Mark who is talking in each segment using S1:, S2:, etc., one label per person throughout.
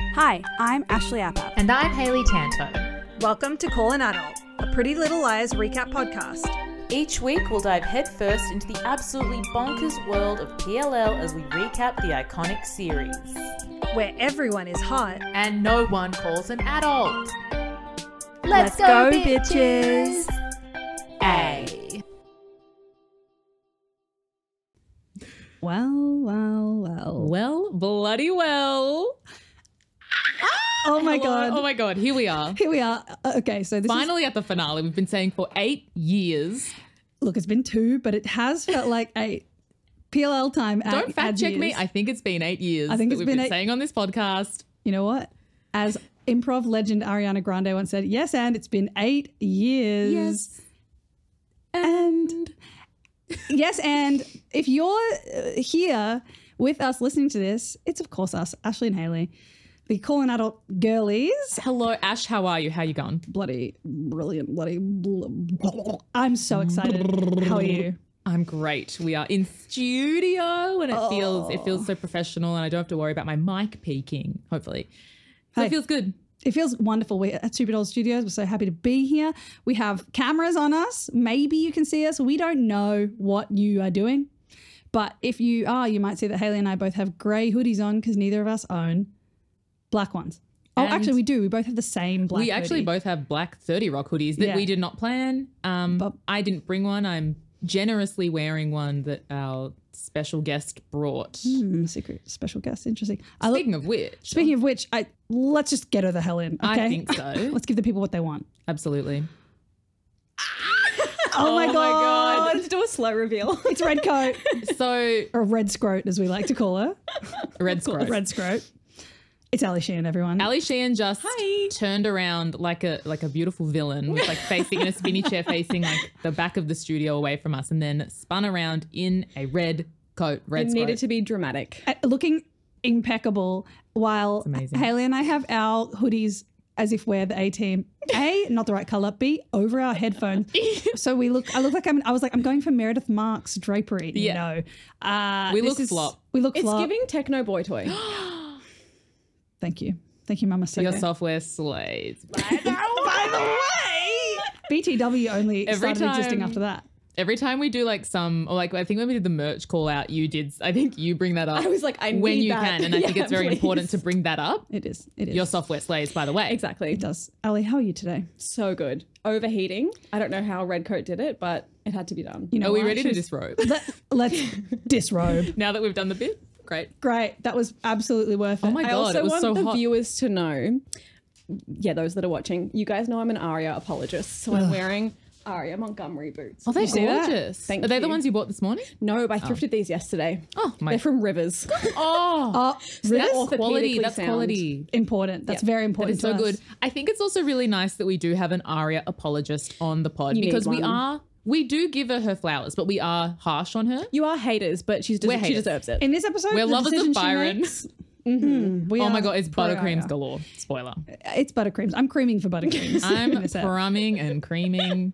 S1: Hi, I'm Ashley Appa.
S2: And I'm Hayley Tanto.
S1: Welcome to Call an Adult, a Pretty Little Liars recap podcast.
S3: Each week, we'll dive headfirst into the absolutely bonkers world of PLL as we recap the iconic series.
S1: where everyone is hot.
S2: And no one calls an adult.
S1: Let's go, bitches.
S2: A.
S1: Well, well, well.
S2: Well, bloody well.
S1: Oh my
S2: Hello.
S1: god.
S2: Oh my god, here we are.
S1: Here we are. Uh, Okay, so this is
S2: Finally at the finale. We've been saying for eight years.
S1: look, it's been two, but it has felt like eight PLL time. at-
S2: Don't fact
S1: ad
S2: check me.
S1: years.
S2: I think it's been eight years
S1: I think
S2: that
S1: it's
S2: we've
S1: been
S2: been,
S1: eight-
S2: saying on this podcast.
S1: you know what? As improv legend Ariana Grande once said, yes, and it's been eight years. and yes and if you're uh, here with us listening to this it's of course us ashley and haley the call an adult girlies
S2: Hello, Ash. How are you? How you going?
S1: bloody brilliant bloody bl- bl- i'm so excited how are you
S2: I'm great. We are in studio and it
S1: Oh.
S2: feels it feels so professional and I don't have to worry about my mic peaking, hopefully. So
S1: Hey.
S2: it feels good.
S1: it feels wonderful we're at super doll studios we're so happy to be here we have cameras on us maybe you can see us we don't know what you are doing but if you are you might see that haley and i both have grey hoodies on because neither of us own black ones Oh,
S2: And-
S1: actually, we do. We both have the same black.
S2: we actually
S1: hoodie.
S2: both have black 30 rock hoodies that
S1: Yeah.
S2: we did not plan. Um
S1: But-
S2: I didn't bring one. I'm generously wearing one that our special guest brought.
S1: Mm, secret special guest. Interesting. I look,
S2: Speaking of which,
S1: speaking of which, I let's just get her the hell in. Okay?
S2: I think so.
S1: let's give the people what they want.
S2: Absolutely.
S1: Oh, my,
S2: my
S1: god.
S2: God.
S4: Let's do a slow reveal.
S1: It's red coat
S2: So
S1: or red scrote as we like to call her.
S2: Red Scroll.
S1: Red scrote. It's Ali Sheehan, everyone.
S2: Ali Sheehan just turned around like a like a beautiful villain, was like facing in a spinny chair, facing like the back of the studio away from us, and then spun around in a red coat, red
S4: it needed
S2: skirt.
S4: to be dramatic.
S1: Uh, looking impeccable while
S2: amazing.
S1: Haley and I have our hoodies as if we're the A team. A, not the right color. B, over our headphones. so we look. I look like I'm. I was like I'm going for Meredith Marks drapery.
S2: Yeah.
S1: No, uh,
S2: We
S1: this
S2: look flop.
S1: We look
S4: It's
S1: flop.
S4: giving techno boy toy.
S1: Thank you. Thank you, Mama. So
S2: Your software slays.
S1: BTW only
S2: Every
S1: started existing
S2: time-
S1: after that.
S2: Every time we do like some, or like I think when we did the merch call out, you did. I think you bring that up.
S4: I was like, I
S2: when
S4: need
S2: you
S4: that.
S2: can, and I think
S4: Yeah,
S2: it's very
S4: please.
S2: important to bring that up.
S1: It is. It is.
S2: Your software slays, by the way.
S4: Exactly.
S1: it does. Ali, how are you today?
S4: So good. Overheating. I don't know how Redcoat did it, but it had to be done.
S1: You know,
S2: Are we
S1: I
S2: ready to
S1: should-
S2: disrobe?
S1: Let, let's disrobe.
S2: now that we've done the bit, great.
S1: Great. That was absolutely worth it.
S2: Oh my
S4: I
S2: god,
S4: also
S2: it was
S4: want
S2: so
S4: the
S2: hot.
S4: viewers to know, yeah, those that are watching, you guys know I'm an Aria apologist, so I'm wearing Aria Montgomery boots.
S2: Oh, they're
S1: see that?
S2: gorgeous.
S4: Thank
S2: Are they the
S4: you.
S2: ones you bought this morning?
S4: no, but I thrifted these yesterday.
S2: Oh my
S4: They're from Rivers.
S2: Oh,
S1: Oh,
S2: that's
S4: orthopedically
S2: quality. That's
S4: sound.
S2: quality.
S1: important. That's very
S2: That
S1: important.
S2: is so
S1: to us.
S2: good. I think it's also really nice that we do have an Aria apologist on the pod
S4: need
S2: because we
S4: one.
S2: are we do give her her flowers, but we are harsh on her.
S4: You are haters, but she's
S2: We're
S4: she
S2: haters.
S4: deserves it.
S1: In this episode,
S2: We're
S1: the
S2: lovers
S1: decision
S2: of
S1: she
S2: Byron.
S1: makes- Mm-hmm. we
S2: Oh
S1: are
S2: my god, it's
S1: pro
S2: buttercreams
S1: Aria.
S2: galore. Spoiler.
S1: It's buttercreams. I'm creaming for buttercreams. in Mm.
S2: I'm
S1: this app.
S2: crumbing and creaming.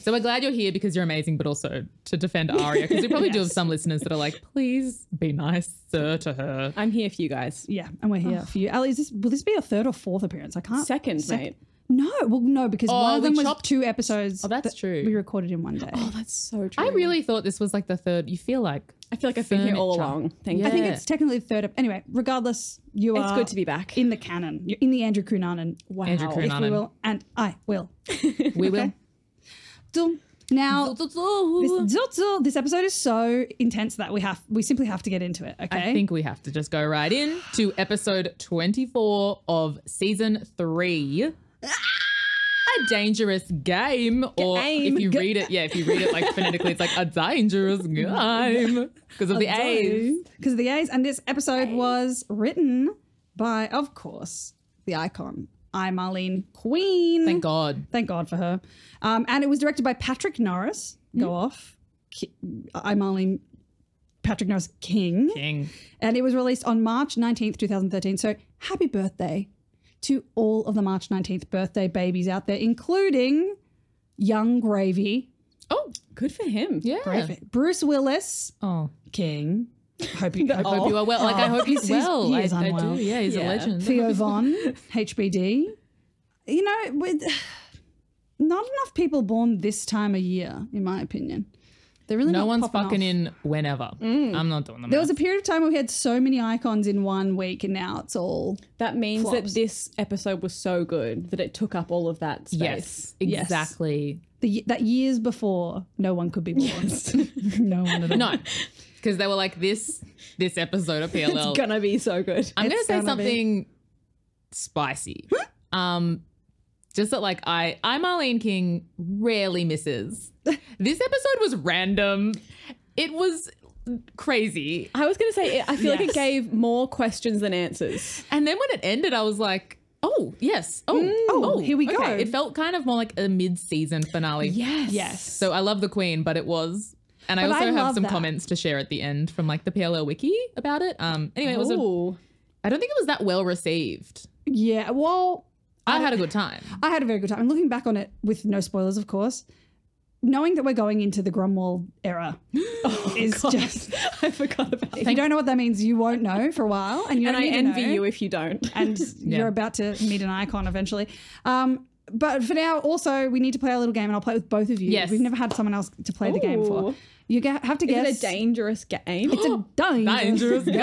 S2: so we're glad you're here because you're amazing, but also to defend Aria because we probably do have some listeners that are like, please be nice, sir, to her.
S4: I'm here for you guys.
S1: Yeah, and we're
S2: Oh.
S1: here for you. Ali, is this will this be your third or fourth appearance? I can't.
S4: Second,
S1: Sec-
S4: mate.
S1: No, well, no, because one
S2: Oh,
S1: of
S2: we
S1: them was
S2: chopped-
S1: two episodes.
S2: Oh, that's
S1: that
S2: true.
S1: We recorded in one day.
S2: Oh,
S4: That's so
S1: Mm.
S4: true.
S2: I really thought this was like the third. You feel like
S4: I feel like I've been here all
S2: Furniture.
S4: along. Thank
S2: Yeah.
S4: you.
S1: I think it's technically the third. Ep- anyway, regardless, you
S4: It's
S1: are.
S4: good to be back.
S1: in the canon. You're in the Andrew Cunanan.
S4: wow.
S2: Andrew
S1: If we
S2: Cunanan.
S1: will, and I will.
S2: we will.
S1: Dum. Now, this, Zutzel, this episode is so intense that we have we simply have to get into it. Okay.
S2: I think we have to just go right in to episode 24 of season three. A
S1: Ah!
S2: dangerous game, or
S1: Game.
S2: if you
S1: Ga-
S2: read it, yeah, if you read it like phonetically, it's like a dangerous game because of the A's.
S1: because of the A's, and this episode was written by, of course, the icon I Marlene Queen.
S2: Thank God.
S1: Thank God for her. Um, and it was directed by Patrick Norris.
S2: Mm-hmm.
S1: Go off. Ki- I Marlene. Patrick Norris King.
S2: King.
S1: and it was released on March 19th, 2013. So happy birthday to all of the March 19th birthday babies out there, including young Gravy,
S2: Oh,
S4: Good for him.
S2: yeah.
S1: Bruce Willis,
S2: Oh,
S1: King, Hope you. hope-
S2: I hope you are well. Like I
S1: Oh,
S2: hope he's
S1: he's-
S2: well.
S1: he
S2: I,
S1: is
S2: I do.
S1: unwell.
S2: Yeah, he's a
S4: Yeah.
S2: legend.
S1: Theo Von, HBD. You know, with not enough people born this time of year, in my opinion. They're really
S2: no
S1: not
S2: one's
S1: popping
S2: fucking
S1: off.
S2: in whenever. I'm not doing
S1: Mm.
S2: them.
S1: There was a period of time where we had so many icons in one week, and now it's all
S4: That means
S1: Flops.
S4: that this episode was so good that it took up all of that space.
S2: yes,
S1: Yes.
S2: exactly.
S1: the ye- that years before no one could be born. no one at all.
S2: No, because they were like this. This episode of PLL.
S4: It's gonna be so good.
S2: I'm gonna
S1: It's
S2: say
S1: gonna be-
S2: something spicy. um, just that like I I Marlene King rarely misses. this episode was random. It was crazy.
S4: I was gonna say it, I feel like
S1: Yes.
S4: it gave more questions than answers.
S2: And then when it ended, I was like, oh, yes. Oh,
S1: Oh, here we go.
S2: It felt kind of more like a mid season finale.
S4: Yes.
S1: Yes.
S2: So I love the Queen, but it was. And I
S1: But
S2: also
S1: I
S2: have
S1: love
S2: some
S1: that.
S2: comments to share at the end from like the PLL wiki about it. Um anyway, it was a,
S4: Ooh.
S2: I don't think it was that well received.
S1: Yeah, well,
S2: I had a good time.
S1: I had a very good time. And looking back on it with no spoilers, of course, knowing that we're going into the Grumwall era is just.
S4: Oh, I forgot about
S1: If you don't know what that means, you won't know for a while, and you
S4: And
S1: don't
S4: I
S1: need to
S4: envy
S1: know.
S4: you if you don't.
S1: and
S2: Yeah.
S1: you're about to meet an icon eventually. Um, but for now, also we need to play a little game, and I'll play it with both of you.
S2: Yes.
S1: We've never had someone else to play the game for.
S4: Ooh.
S1: You ga- have to guess.
S4: Is it a dangerous game?
S1: It's a
S2: Dangerous
S1: dangerous
S2: game.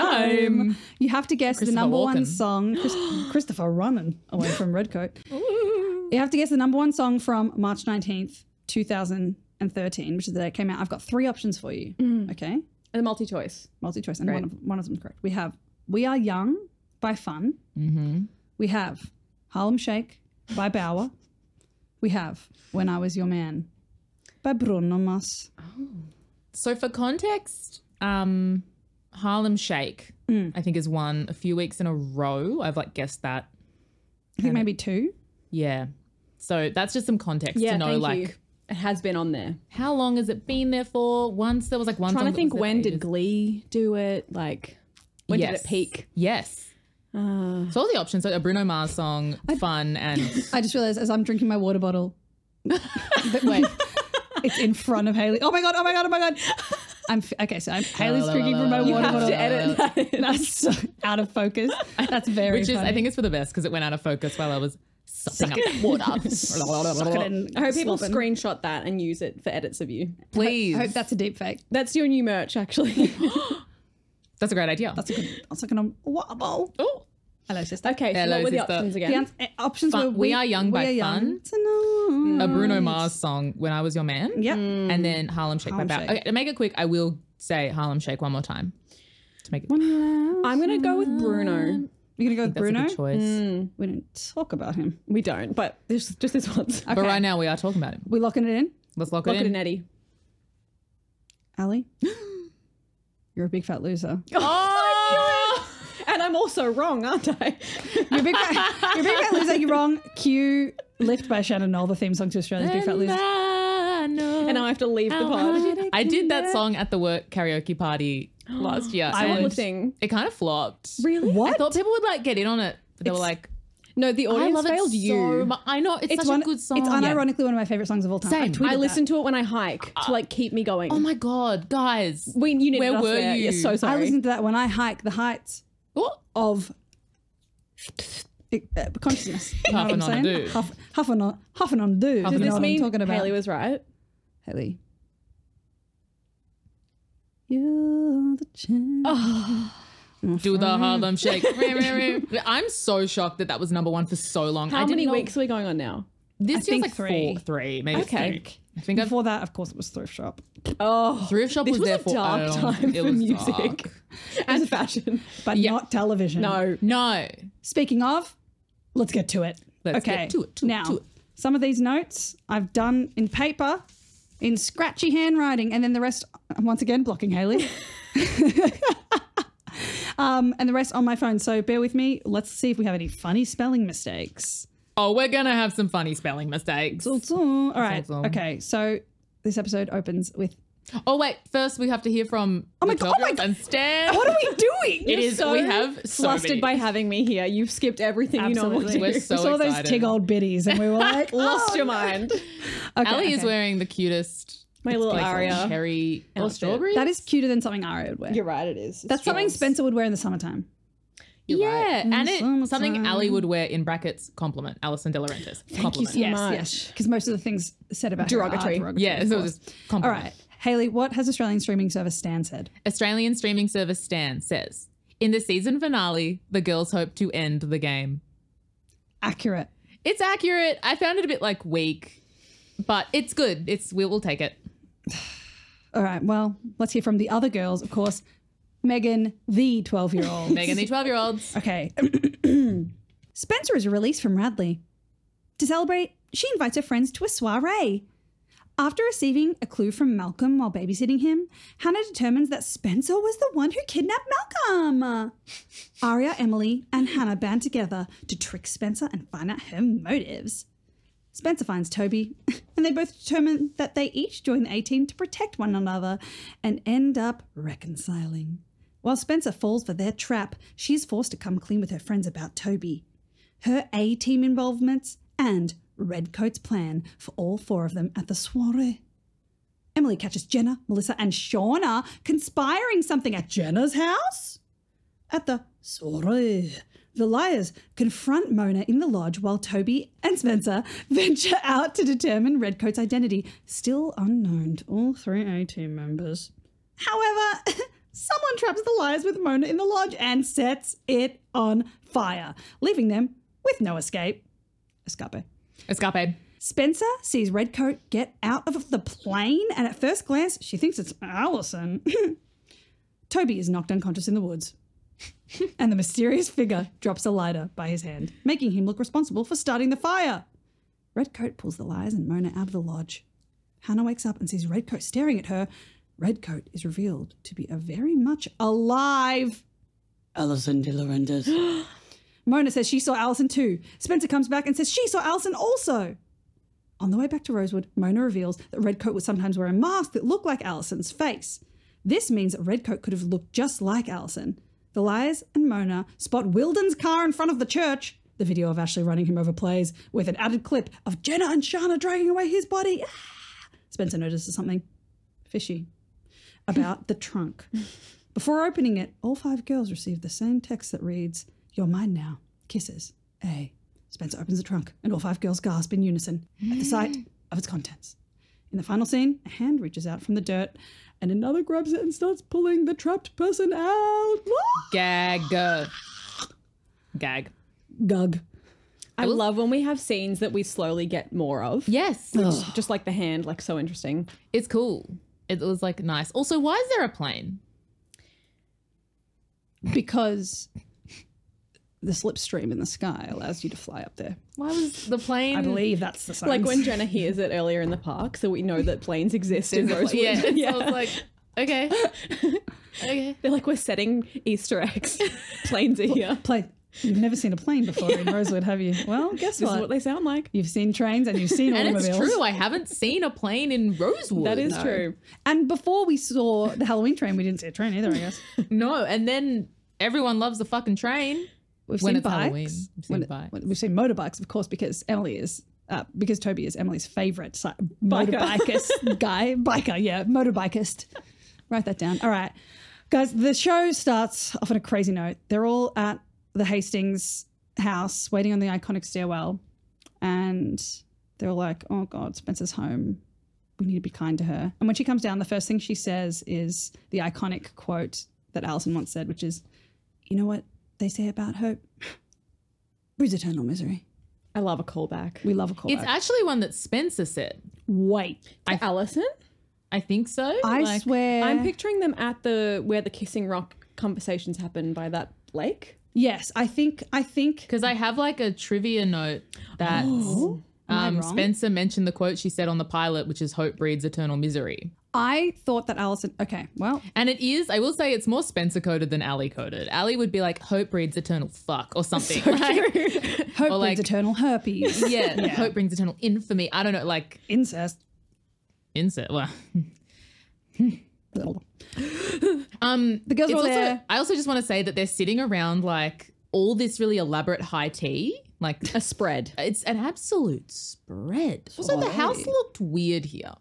S1: game. Um, You have to guess the
S2: Um, Christopher
S1: number
S2: Walken.
S1: one song. Chris- Christopher running away from Redcoat. You have to guess the number one song from March nineteenth, two thousand and thirteen, which is the day it came out. I've got three options for you.
S2: Mm.
S1: Okay,
S4: and a multi choice.
S1: multi choice, and one of, one of them's correct. We have "We Are Young" by Fun.
S2: Mm-hmm.
S1: We have Harlem Shake by Bauer. We have When I Was Your Man by Bruno Mars.
S2: So for context, um, Harlem Shake, I think, has won a few weeks in a row. I've like guessed that.
S1: I think maybe two.
S2: Yeah. So that's just some context to know,
S4: thank
S2: like,
S4: you. it has been on there.
S2: how long has it been there for? Once there was like one.
S4: trying
S2: song
S4: to
S2: that
S4: think
S2: was there
S4: when
S2: for
S4: did
S2: ages.
S4: Glee do it? Like when did
S2: Yes.
S4: it peak?
S2: Yes.
S4: Uh,
S2: So all the options: so a Bruno Mars song, fun, and
S1: I just realized as I'm drinking my water bottle, that, wait, it's in front of Haley. Oh my god! Oh my god! Oh my god! I'm f- okay. So I'm Haley's drinking from my
S2: You
S1: water
S2: have
S4: Uh,
S1: bottle.
S2: to edit
S1: That's so out of focus. That's very.
S2: which is
S1: funny.
S2: I think it's for the best because it went out of focus while I was sucking up water.
S1: Suck it in.
S4: I hope people
S1: Slopping.
S4: screenshot that and use it for edits of you.
S2: Please,
S1: I hope that's a deep fake.
S4: That's your new merch, actually.
S2: that's a great idea.
S1: That's a good. I'm sucking on a water bottle.
S2: Oh,
S1: Hello, sister.
S4: okay, so
S2: Hello,
S4: what were the
S2: sister.
S4: options
S1: The
S4: again?
S1: ans- eh, options
S2: Fun-
S1: were
S2: We Are Young by Fun. Mm.
S1: Tonight.
S2: a Bruno Mars song, "When I Was Your Man."
S1: Yep.
S2: and then Harlem Shake
S1: Harlem
S2: by Bauer.
S1: Shake.
S2: Okay, to make it quick, I will say Harlem Shake one more time to make it.
S4: I'm gonna go with Bruno.
S1: You're gonna go with
S2: Mm. That's a
S1: Bruno.
S2: good choice.
S1: We didn't talk about him.
S4: We don't, but there's just this once.
S2: But right now we are talking about it.
S1: We locking it in,
S2: Let's lock,
S4: Lock
S2: it
S4: it
S2: in.
S4: in, Eddie.
S1: Ali. You're a big fat loser.
S2: Oh,
S4: And I'm also wrong, aren't I?
S1: You're a big fat, you're a big fat loser. You're wrong. Cue "Lift" by Shannon Knoll, the theme song to Australia's Big Fat Loser.
S2: I know.
S4: and now I have to leave the pod.
S2: I did that song at the work karaoke party last year.
S4: I
S2: and
S4: want to sing.
S2: It kind of flopped.
S4: Really?
S2: I
S1: What?
S2: thought people would like get in on it, but they were like, "Oh,
S4: No, the
S2: "I
S4: audience
S2: love it
S4: failed
S2: so
S4: you.
S2: much." I know it's, such
S1: one-
S2: a good song.
S1: It's
S2: Yeah.
S1: unironically one of my favorite songs of all time.
S2: Same.
S1: tweeted
S4: I
S1: that.
S4: listen to it when I hike to like keep me going.
S2: Uh, Oh my god, guys!
S4: we, you needed
S2: Where
S4: us
S2: were
S4: there.
S2: you?
S4: Yes, so sorry.
S1: I listen to that when I hike the heights
S2: Oh,
S1: of uh, consciousness. You know
S2: Huffing
S1: what I'm
S2: on
S1: saying?
S2: a dude.
S1: Huff, huffing on, huffing on a dude. You know
S2: Huffing on a
S1: what
S4: Does
S1: I'm
S4: this mean
S1: talking about?
S4: Haley was right?
S1: Haley. You're
S2: Oh,
S1: the champ.
S2: do the Harlem Shake. I'm so shocked that that was number one for so long. I
S4: How
S2: didn't
S4: many
S2: know-
S4: weeks are we going on now?
S1: I
S2: This feels
S1: think
S2: like
S1: three.
S2: four, three, maybe.
S4: Okay.
S2: three. I think I've,
S1: Before that, of course, it was thrift shop.
S4: Oh,
S2: thrift shop
S4: this
S2: was,
S4: was
S2: there
S4: a
S2: for
S4: dark
S2: oh,
S4: time
S2: it
S4: for
S2: was
S4: music.
S2: dark.
S4: and fashion.
S1: but not television.
S4: No,
S2: No,
S1: Speaking of, let's get to it.
S2: Let's
S1: okay.
S2: get to it, to it,
S1: now,
S2: to it.
S1: some of these notes I've done in paper, in scratchy handwriting, and then the rest, once again, blocking Haley. um, and the rest on my phone. So bear with me. Let's see if we have any funny spelling mistakes.
S2: oh, we're gonna have some funny spelling mistakes.
S1: All right.
S2: Zoom.
S1: Okay. So this episode opens with
S2: Oh wait, first we have to hear from oh
S1: my
S2: the
S1: God, oh my
S2: girls
S1: God.
S2: and Stan.
S1: What are we doing?
S2: It is.
S4: so
S2: we have so
S4: flustered
S2: many.
S4: by having me here. You've skipped everything you normally
S1: Absolutely.
S4: do.
S2: We're so
S1: we saw those
S2: excited.
S1: tig old biddies and we were like,
S4: Oh, Lost
S1: lost
S4: your mind.
S1: okay,
S2: Ali is
S1: okay.
S2: wearing the cutest
S4: My little
S2: like
S4: Aria.
S2: cherry or
S4: outfit.
S2: strawberry.
S1: That is cuter than something Aria would wear.
S4: You're right, it is. It's
S1: That's something
S4: yours.
S1: Spencer would wear in the summertime.
S2: yeah, and
S1: Mm,
S2: it, something
S1: summertime.
S2: Ali would wear in brackets. Compliment, Alison De Laurentiis. Compliment.
S4: so
S1: Yes,
S4: much.
S1: yes. Because most of the things said about
S4: Derogatory.
S1: Her are derogatory
S2: yeah,
S1: of
S2: so
S1: course.
S2: just
S1: All
S2: compliment.
S1: right, Haley. What has Australian streaming service Stan said?
S2: Australian streaming service Stan says in the season finale, the girls hope to end the game.
S1: Accurate.
S2: It's accurate. I found it a bit like weak, but it's good. It's we will take it.
S1: All right. Well, let's hear from the other girls. Of course, Megan, the twelve-year-old.
S2: Megan, the twelve-year-olds.
S1: Okay. Spencer is released from Radley. To celebrate, she invites her friends to a soiree. After receiving a clue from Malcolm while babysitting him, Hannah determines that Spencer was the one who kidnapped Malcolm. Aria, Emily, and Hannah band together to trick Spencer and find out her motives. Spencer finds Toby, and they both determine that they each join the A team to protect one another and end up reconciling. While Spencer falls for their trap, she is forced to come clean with her friends about Toby, her A team involvements, and Redcoat's plan for all four of them at the soiree. Emily catches Jenna, Melissa, and Shauna conspiring something at Jenna's house? At the soiree, the liars confront Mona in the lodge while Toby and Spencer venture out to determine Redcoat's identity, still unknown to all three A team members. However, someone traps the liars with Mona in the lodge and sets it on fire, leaving them with no escape. Escape.
S2: Escape.
S1: Spencer sees Redcoat get out of the plane, and at first glance, she thinks it's Allison. Toby is knocked unconscious in the woods, and the mysterious figure drops a lighter by his hand, making him look responsible for starting the fire. Redcoat pulls the liars and Mona out of the lodge. Hannah wakes up and sees Redcoat staring at her. Redcoat is revealed to be a very much alive Allison de Laurentiis. Mona says she saw Allison too. Spencer comes back and says she saw Allison also. On the way back to Rosewood, Mona reveals that Redcoat would sometimes wear a mask that looked like Allison's face. This means that Redcoat could have looked just like Allison. The liars and Mona spot Wilden's car in front of the church. The video of Ashley running him over plays with an added clip of Jenna and Shana dragging away his body. Ah! Spencer notices something fishy about the trunk. Before opening it, all five girls receive the same text that reads, You're mine now. Kisses. A. Spencer opens the trunk, and all five girls gasp in unison at the sight of its contents. In the final scene, a hand reaches out from the dirt, and another grabs it and starts pulling the trapped person out.
S2: Gag. Gag.
S1: Gug.
S4: I love when we have scenes that we slowly get more of.
S2: Yes.
S4: Just- Just like the hand, like so interesting.
S2: It's cool. It was like nice. Also, why is there a plane?
S1: Because the slipstream in the sky allows you to fly up there.
S2: Why was the plane?
S1: I believe that's the science.
S4: Like when Jenna hears it earlier in the park, so we know that planes exist in
S2: There's a pla-
S4: Rosewood.
S2: yeah. So I was like, okay, okay.
S4: They're like, we're setting Easter eggs. planes are here.
S1: Play- You've never seen a plane before in Rosewood, have you? Well, guess
S4: This
S1: what?
S4: is what they sound like.
S1: You've seen trains and you've seen
S2: And
S1: automobiles.
S2: it's true. I haven't seen a plane in Rosewood.
S4: That is true.
S1: And before we saw the Halloween train, we didn't see a train either, I guess.
S2: No. And then everyone loves the fucking train.
S1: We've
S2: When
S1: seen
S2: it's
S1: bikes.
S2: Halloween, we've seen
S1: when it-
S2: bikes.
S1: when- we've seen motorbikes, of course, because Emily is uh, because Toby is Emily's favorite si- motorbikist guy, biker, yeah, motorbikist. Write that down. All right, guys. The show starts off on a crazy note. They're all at the Hastings house, waiting on the iconic stairwell, and they're all like, "Oh God, Spencer's home. We need to be kind to her." And when she comes down, the first thing she says is the iconic quote that Alison once said, which is, "You know what they say about hope? Breeds eternal misery.
S4: I love a callback.
S1: We love a callback.
S2: It's actually one that Spencer said.
S1: Wait,
S4: I, Allison?
S2: I think so.
S1: I
S2: Like,
S1: swear.
S4: I'm picturing them at the where the Kissing Rock conversations happen by that lake.
S1: yes, I think. I think.
S2: Because I have like a trivia note that
S1: I
S2: um,
S1: wrong?
S2: Spencer mentioned the quote she said on the pilot, which is "Hope breeds eternal misery,"
S1: I thought that Alison. Okay, well,
S2: and it is. I will say it's more Spencer coded than Ali coded. Ali would be like, "Hope breeds eternal fuck" or something. like,
S1: hope
S2: Or
S1: breeds
S2: like-
S1: eternal herpes,
S2: yeah, hope brings eternal infamy. I don't know, like
S1: incest.
S2: insert. Well,
S1: The
S2: um,
S1: girls
S2: it's
S1: are all
S2: also,
S1: there.
S2: I also just want to say that they're sitting around like all this really elaborate high tea, like.
S4: A spread.
S2: It's an absolute spread. Also, the house looked weird here.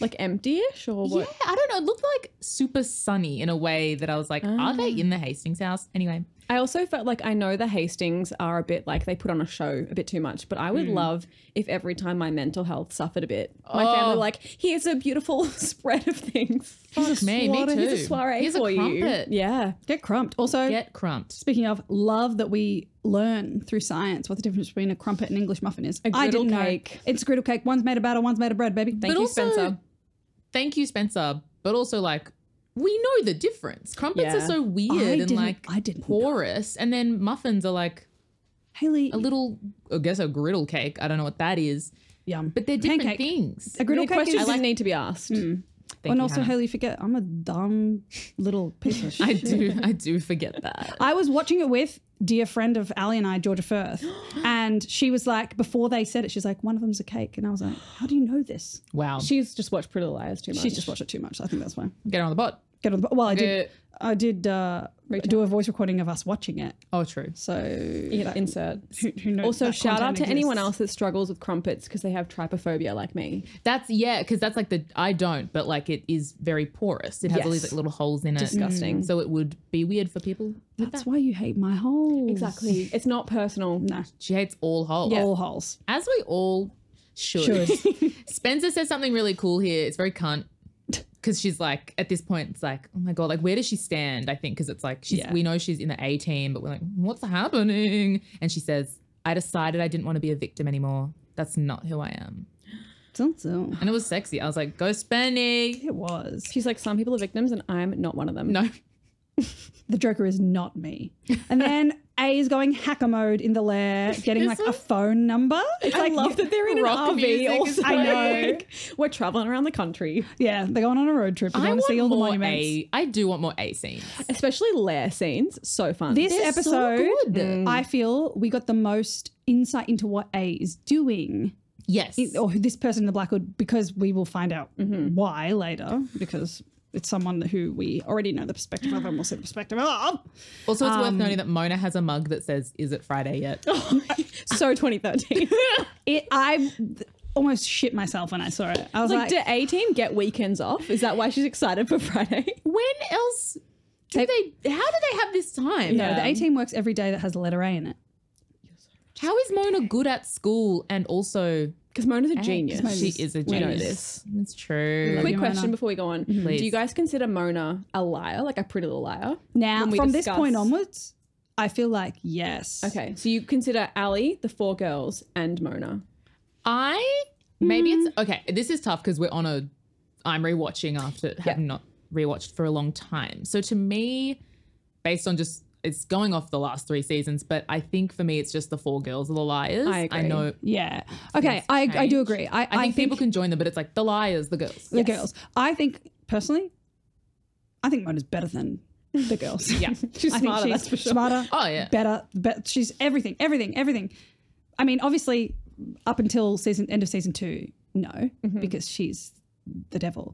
S4: Like empty-ish or
S2: Yeah,
S4: what?
S2: I don't know. It looked like super sunny in a way that I was like, are
S1: Ah.
S2: they in the Hastings house? Anyway,
S4: I also felt like I know the Hastings are a bit like they put on a show a bit too much, but I would love if every time my mental health suffered a bit, my family
S2: Hmm. Oh.
S4: were like, here's a beautiful spread of things.
S2: fuck me, me
S1: soiree-
S2: too.
S4: Here's a soiree
S2: Here's a
S4: for you.
S2: crumpet.
S4: Yeah.
S1: Get crumped. Also,
S2: Get crumped.
S1: speaking of love that we learn through science, what the difference between a crumpet and English muffin is.
S4: A
S1: I
S4: griddle
S1: didn't know.
S4: cake.
S1: It's griddle cake. One's made of batter, one's made of bread, baby.
S4: Thank you, Spencer.
S2: Thank you, Spencer. But also, like, we know the difference. Crumpets
S4: Yeah.
S2: are so
S1: I
S2: weird and
S1: didn't-
S2: like
S1: I didn't know.
S2: porous, and then muffins are like
S1: Haley,
S2: a little, I guess, a griddle cake. I don't know what that is,
S1: yum.
S2: but they're different
S1: Pancake.
S2: things.
S1: a griddle
S4: The
S1: cake
S4: questions
S1: is
S4: didn't need to be asked.
S2: Hmm. Thank
S1: and
S2: you,
S1: also,
S2: Hannah.
S1: Haley, forget I'm a dumb little piece of shit.
S2: I do, I do forget that.
S1: I was watching it with dear friend of Ali and I, Georgia Firth, and she was like, before they said it, she's like, one of them's a cake, and I was like, how do you know this?
S2: Wow,
S4: She's just watched Pretty Little Liars too much.
S1: She's just watched it too much. I think that's why.
S2: get on the bot.
S1: Get on the. Well, I did.
S2: Uh,
S1: I did uh, do a voice recording of us watching it.
S2: oh, true.
S1: So
S4: Yeah,
S1: that-
S4: insert.
S1: who, who knows
S4: Also,
S1: that
S4: shout out
S1: content
S4: to anyone
S1: exists.
S4: else that struggles with crumpets because they have trypophobia like me.
S2: That's yeah, because that's like the I don't, but like it is very porous. It has all these
S4: Yes.
S2: like little holes in it.
S4: Disgusting.
S2: So it would be weird for people. With
S1: That's
S2: that.
S1: why you hate my holes.
S4: It's not personal.
S1: No.
S2: She hates all holes.
S1: All holes.
S2: as we all should. Spencer says something really cool here. It's very cunt because she's like at this point, it's like oh my god, like where does she stand? I think because it's like she's
S1: Yeah.
S2: we know she's in the A team, but we're like what's happening? And she says, I decided I didn't want to be a victim anymore. That's not who I am.
S1: So, so.
S2: And it was sexy. I was like, go Spenny.
S1: It was.
S4: She's like, some people are victims and I'm not one of them.
S2: No,
S1: The Joker is not me. And then A is going hacker mode in the lair, getting like a phone number. It's
S4: I
S1: like
S4: love that they're in an
S2: rock
S4: RV.
S2: music is
S4: Also.
S1: I know.
S4: Like, we're traveling around the country,
S1: Yeah, they're going on a road trip. They're
S2: I
S1: going to
S2: want
S1: see all the
S2: more
S1: monuments.
S2: A. I do want more A scenes.
S4: especially lair scenes. So fun.
S1: This
S2: They're so
S1: episode,
S2: good. Mm.
S1: I feel we got the most insight into what A is doing,
S2: Yes.
S1: or who this person in the Blackwood, because we will find out
S2: Mm-hmm.
S1: why later, because it's someone who we already know the perspective of and we'll see the perspective of.
S2: Also, it's worth noting that Mona has a mug that says, "Is it Friday yet?"
S4: so 2013.
S1: It, I th- almost shit myself when I saw it. I was
S4: like,
S1: like,
S4: do A team get weekends off? Is that why she's excited for Friday?
S2: when else do they, how do they have this time
S1: no, the A team works every day that has the letter A in it.
S2: how is mona good at school and also
S4: Because Mona's a genius.
S2: she is a
S4: We know
S2: genius
S4: this.
S2: that's true
S1: Love
S4: Quick
S1: you,
S4: question
S1: Mona.
S4: before we go on.
S2: Please.
S4: Do you guys consider Mona a liar, like a pretty little liar?
S1: Now,
S4: When we
S1: from this
S4: discuss-
S1: point onwards, I feel like yes.
S4: Okay, so you consider Ali, the four girls, and Mona.
S2: i maybe it's
S4: Mm.
S2: okay this is tough because we're on a i'm rewatching after having not rewatched for a long time so to me based on just it's going off the last three seasons but i think for me it's just the four girls are the liars
S4: I agree.
S2: know
S1: Yeah. Okay. I, I do agree. I, I,
S2: I think, people can join them, but it's like the liars, the girls.
S1: the girls. I think personally, I think Mona's better than the girls.
S2: Yeah.
S4: She's
S1: I think
S4: smarter,
S1: she's
S4: that's for sure.
S1: smarter.
S2: Oh, yeah.
S1: better. Be- she's everything, everything, everything. I mean, obviously, up until season end of season two, no, because she's the devil.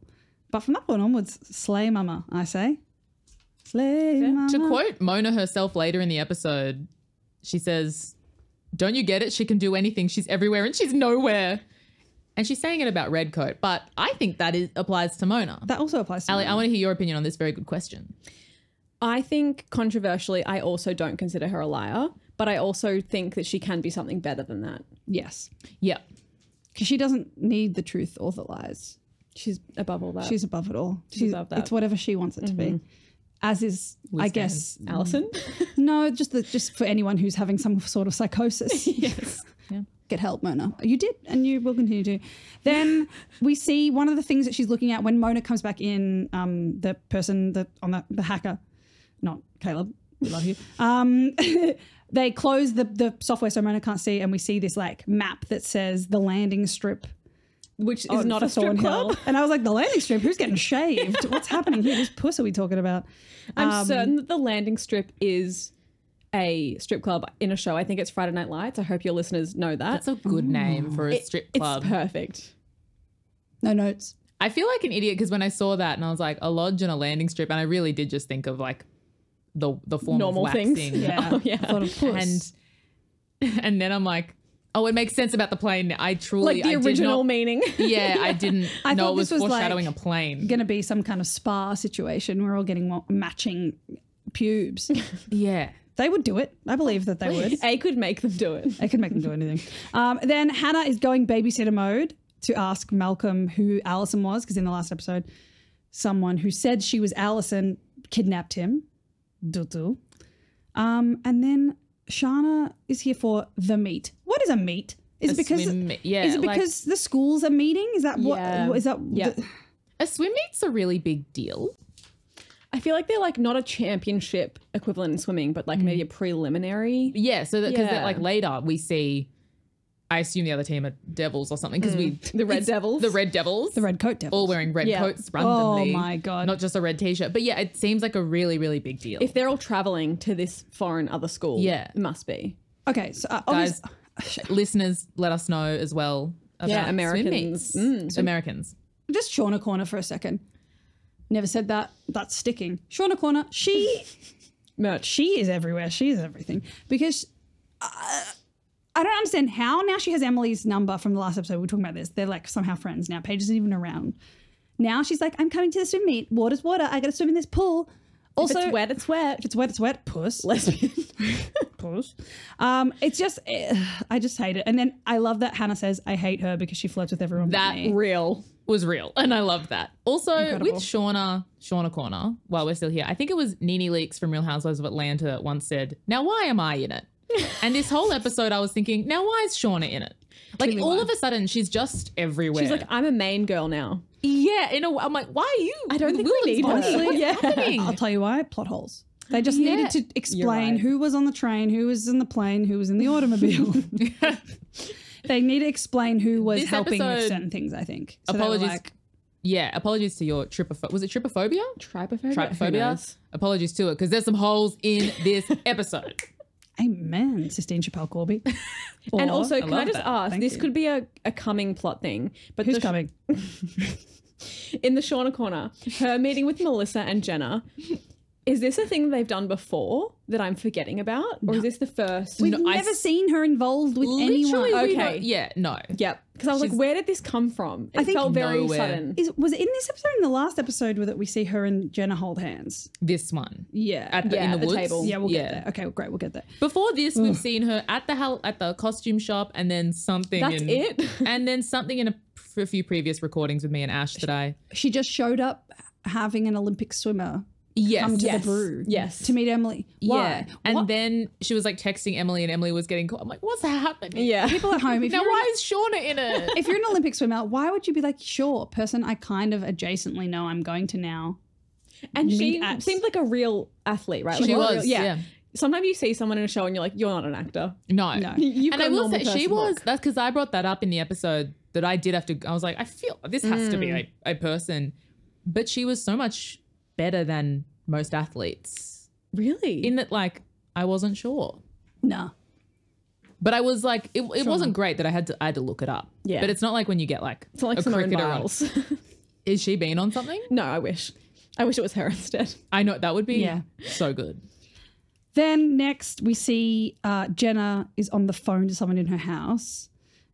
S1: But from that point onwards, slay mama, I say. Slay mama.
S2: To quote Mona herself later in the episode, she says, Don't you get it? She can do anything. She's everywhere and she's nowhere. And she's saying it about Redcoat, but I think that is, applies to Mona.
S1: that also applies to
S2: Ali,
S1: Mona.
S2: I want to hear your opinion on this very good question.
S4: I think, controversially, I also don't consider her a liar, but I also think that she can be something better than that.
S1: Yes.
S2: Yeah.
S1: Because she doesn't need the truth or the lies.
S4: She's above all that.
S1: She's above it all. She's
S4: above that. Mm-hmm.
S1: It's whatever she wants it to be. As is, I
S2: stand.
S1: guess,
S4: Allison.
S1: No, just the, just for anyone who's having some sort of psychosis.
S4: yes.
S1: Get help, Mona. You did, and you will continue to. Then we see one of the things that she's looking at when Mona comes back in. Um, the person that on the, the hacker, not Caleb. We love you. Um, they close the the software so Mona can't see, and we see this like map that says the landing strip
S4: Which is
S1: on
S4: not a
S1: Thorn
S4: Oh, strip club.
S1: Hill. And I was like, the landing strip. Who's getting shaved? What's happening here? Whose puss are we talking about? Um,
S4: I'm certain that the landing strip is a strip club in a show. I think it's Friday Night Lights. I hope your listeners know that.
S2: That's a good name for a strip club.
S4: It's perfect.
S1: No notes.
S2: I feel like an idiot because when I saw that and I was like, a lodge and a landing strip, and I really did just think of like the the form
S4: Normal
S2: of
S4: things.
S2: waxing.
S1: Yeah.
S4: Oh, yeah.
S1: I thought of puss.
S2: And and then I'm like, Oh, it makes sense about the plane. I truly
S4: Like the
S2: I did
S4: original
S2: not-
S4: meaning.
S2: Yeah, I didn't
S1: I
S2: know
S1: thought
S2: it was,
S1: this was, like,
S2: foreshadowing a plane.
S1: Going to be some kind of spa situation. We're all getting wa- matching pubes.
S2: yeah.
S1: they would do it. I believe that they would.
S4: A could make them do it.
S1: I can make them do anything. Um, then Hannah is going babysitter mode to ask Malcolm who Allison was, because in the last episode, someone who said she was Allison kidnapped him. Dudu. Um, and then Shana is here for the meet. What is a meet? Is it
S2: A
S1: because
S2: swim meet- yeah,
S1: is it
S2: like-
S1: because the schools are meeting? Is that what?
S4: Yeah.
S1: Is that
S4: Yeah.
S1: the-
S2: A swim meet's a really big deal.
S4: I feel like they're like not a championship equivalent in swimming, but like maybe a preliminary.
S2: Yeah, so that because
S4: Yeah.
S2: like later we see, I assume the other team are devils or something because we
S4: The Red Devils.
S2: the red devils,
S1: the red coat devil?
S2: all wearing red
S4: Yeah.
S2: coats
S1: Oh
S2: randomly.
S1: my god!
S2: Not just a red t-shirt, but yeah, it seems like a really really big deal.
S4: If they're all traveling to this foreign other school,
S2: Yeah.
S4: it must be.
S1: okay, so uh,
S2: Guys,
S1: obvious-
S2: listeners, let us know as well. About
S4: Yeah,
S2: swim
S4: Americans.
S2: meets. Americans.
S1: just Shauna Corner for a second. Never said that. That's sticking. Shauna Corner. She
S4: Merch.
S1: she is everywhere. She is everything because uh, I don't understand how now she has Emily's number from the last episode. We were talking about this. They're like somehow friends now. Paige isn't even around. Now she's like, I'm coming to the swim meet. Water's water. I got to swim in this pool. Also,
S4: if it's wet, it's wet.
S1: If it's wet, it's wet. Puss.
S4: lesbian.
S1: Puss. Um, it's just, eh, I just hate it. And then I love that Hannah says, I hate her because she flirts with everyone. but
S2: That
S1: me."
S4: Real.
S2: was real. And I love that. Also,
S1: Incredible.
S2: with Shauna, Shauna Corner, while we're still here, I think it was Nene Leakes from Real Housewives of Atlanta once said, Now, why am I in it? and this whole episode, I was thinking, Now, why is Shauna in it? Like,
S1: Clearly
S2: all
S1: why.
S2: of a sudden, she's just everywhere.
S4: She's like, I'm a main girl now.
S2: Yeah, in a way. I'm like, Why are you?
S4: I don't
S2: with
S4: think we
S2: Wilden's
S4: need her.
S2: body? What's
S4: Yeah.
S2: happening?
S1: I'll tell you why. Plot holes. They just
S2: Yeah.
S1: needed to explain
S4: right.
S1: who was on the train, who was in the plane, who was in the automobile. they need to explain who was
S2: This
S1: helping with
S2: episode-
S1: certain things. I think. So they were
S2: Apologies.
S1: like,
S2: yeah, apologies to your tripopho- Was it tripophobia?
S4: Tripophobia. Who knows?
S2: Tripophobia. Apologies to it because there's some holes in this episode.
S1: Amen, Sistine Chappelle Corby.
S4: And
S1: Or-
S4: also, can I
S2: love
S4: just
S2: that.
S4: ask?
S1: Thank
S4: this
S1: you.
S4: could be a, a coming plot thing, but
S1: who's
S4: the sh-
S1: coming?
S4: in the Shauna corner, her meeting with Melissa and Jenna. Is this a thing they've done before that I'm forgetting about, or is this the first?
S1: We've
S2: I
S1: never
S2: s-
S1: seen her involved with anyone.
S2: Literally, we
S4: Okay.
S2: don't- Yeah, no.
S4: Yep. Because I was like,
S2: She's-
S4: where did this come from? It
S1: I think
S4: felt very
S2: Nowhere.
S4: sudden.
S1: Is, was it in this episode or in the last episode where that we see her and Jenna hold hands?
S2: This one.
S1: Yeah.
S2: At the,
S4: Yeah,
S2: in the,
S4: at the
S2: woods.
S4: table.
S1: yeah, we'll get there. Okay, well, great, we'll get there.
S2: Before this, we've seen her at the hel- at the costume shop, and then something.
S4: That's
S2: in,
S4: it?
S2: and then something in a, f- a few previous recordings with me and Ash that I
S1: She just showed up having an Olympic swimmer
S2: yes,
S1: come to
S4: Yes.
S1: the brew.
S4: Yes.
S1: To meet Emily.
S2: yeah.
S1: Why?
S2: And
S1: What-
S2: then she was like texting Emily, and Emily was getting caught. I'm like, what's happening?
S4: Yeah.
S1: people at home, if
S2: Now
S1: you're
S2: why is Shauna in it?
S1: if you're an Olympic swimmer, why would you be like, sure, person I kind of adjacently know I'm going to now?
S4: And she
S1: Meet us.
S4: seemed like a real athlete, right?
S2: She
S4: Like, a real-
S2: was, yeah.
S4: Sometimes you see someone in a show and you're like, you're not an actor.
S2: No.
S1: No.
S4: You've
S2: and
S4: got
S2: I
S4: a
S2: will
S4: normal
S2: say she
S4: person
S2: was
S4: look.
S2: that's because I brought that up in the episode that I did have to. I was like, I feel this has to be a, a person, but she was so much better than most athletes
S4: Really?
S2: in that like I wasn't sure.
S1: Nah.
S2: But I was like, it, it wasn't great that I had to I had to look it up.
S4: Yeah.
S2: But it's not like when you get like,
S4: it's not like
S2: a
S4: Simone
S2: cricketer. on-
S4: Biles.
S2: Is she been on something?
S4: no, I wish. I wish it was her instead.
S2: I know that would be
S1: Yeah.
S2: so good.
S1: Then next we see uh, Jenna is on the phone to someone in her house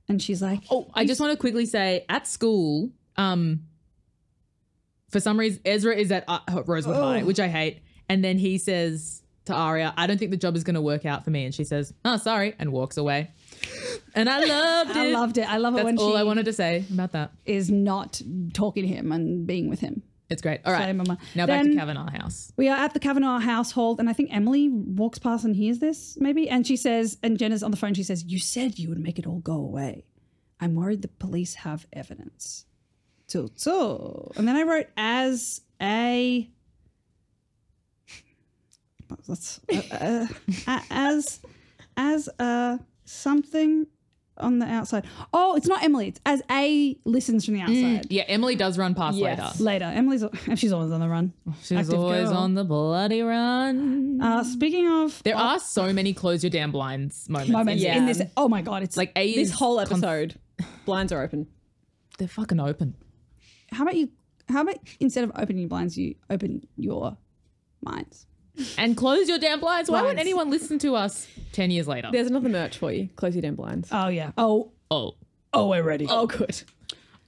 S1: and she's like,
S2: Oh, I just want to quickly say at school, um, for some reason Ezra is at uh, Rosewood
S1: Oh.
S2: High, which I hate, and then he says to Aria, "I don't think the job is going to work out for me," and she says, "Oh, sorry," and walks away. And I loved it.
S1: I loved it. I love it
S2: That's
S1: when
S2: all
S1: she
S2: I wanted to say about that.
S1: is not talking to him and being with him.
S2: It's great. All right,
S1: Sorry, Mama.
S2: now back
S1: Then-
S2: to Kavanaugh House.
S1: We are at the Kavanaugh household, and I think Emily walks past and hears this, maybe. And she says, and Jenna's on the phone, she says, You said you would make it all go away. I'm worried the police have evidence. So, so. And then I wrote, As a. That's, uh, uh, a- as as a something on the outside. Oh, it's not Emily. It's as A listens from the outside.
S2: Mm, Yeah, Emily does run past
S4: Yes.
S2: later.
S1: Later, Emily's she's always on the run.
S2: She's
S1: Active
S2: always
S1: girl.
S2: on the bloody run.
S1: Uh, speaking of
S2: There are so many close your damn blinds moments.
S1: moments
S4: Yeah.
S1: in this. Oh my god, it's like
S2: Like A
S4: This
S2: is
S4: whole
S2: con-
S4: episode, blinds are open.
S2: they're fucking open.
S1: how about you? How about instead of opening your blinds, you open your minds?
S2: and close your damn blinds. Why won't
S1: Blinds.
S2: anyone listen to us 10 years later?
S4: There's another merch for you. Close your damn blinds.
S1: Oh yeah. Oh
S2: oh.
S1: oh, we're ready.
S4: Oh, good.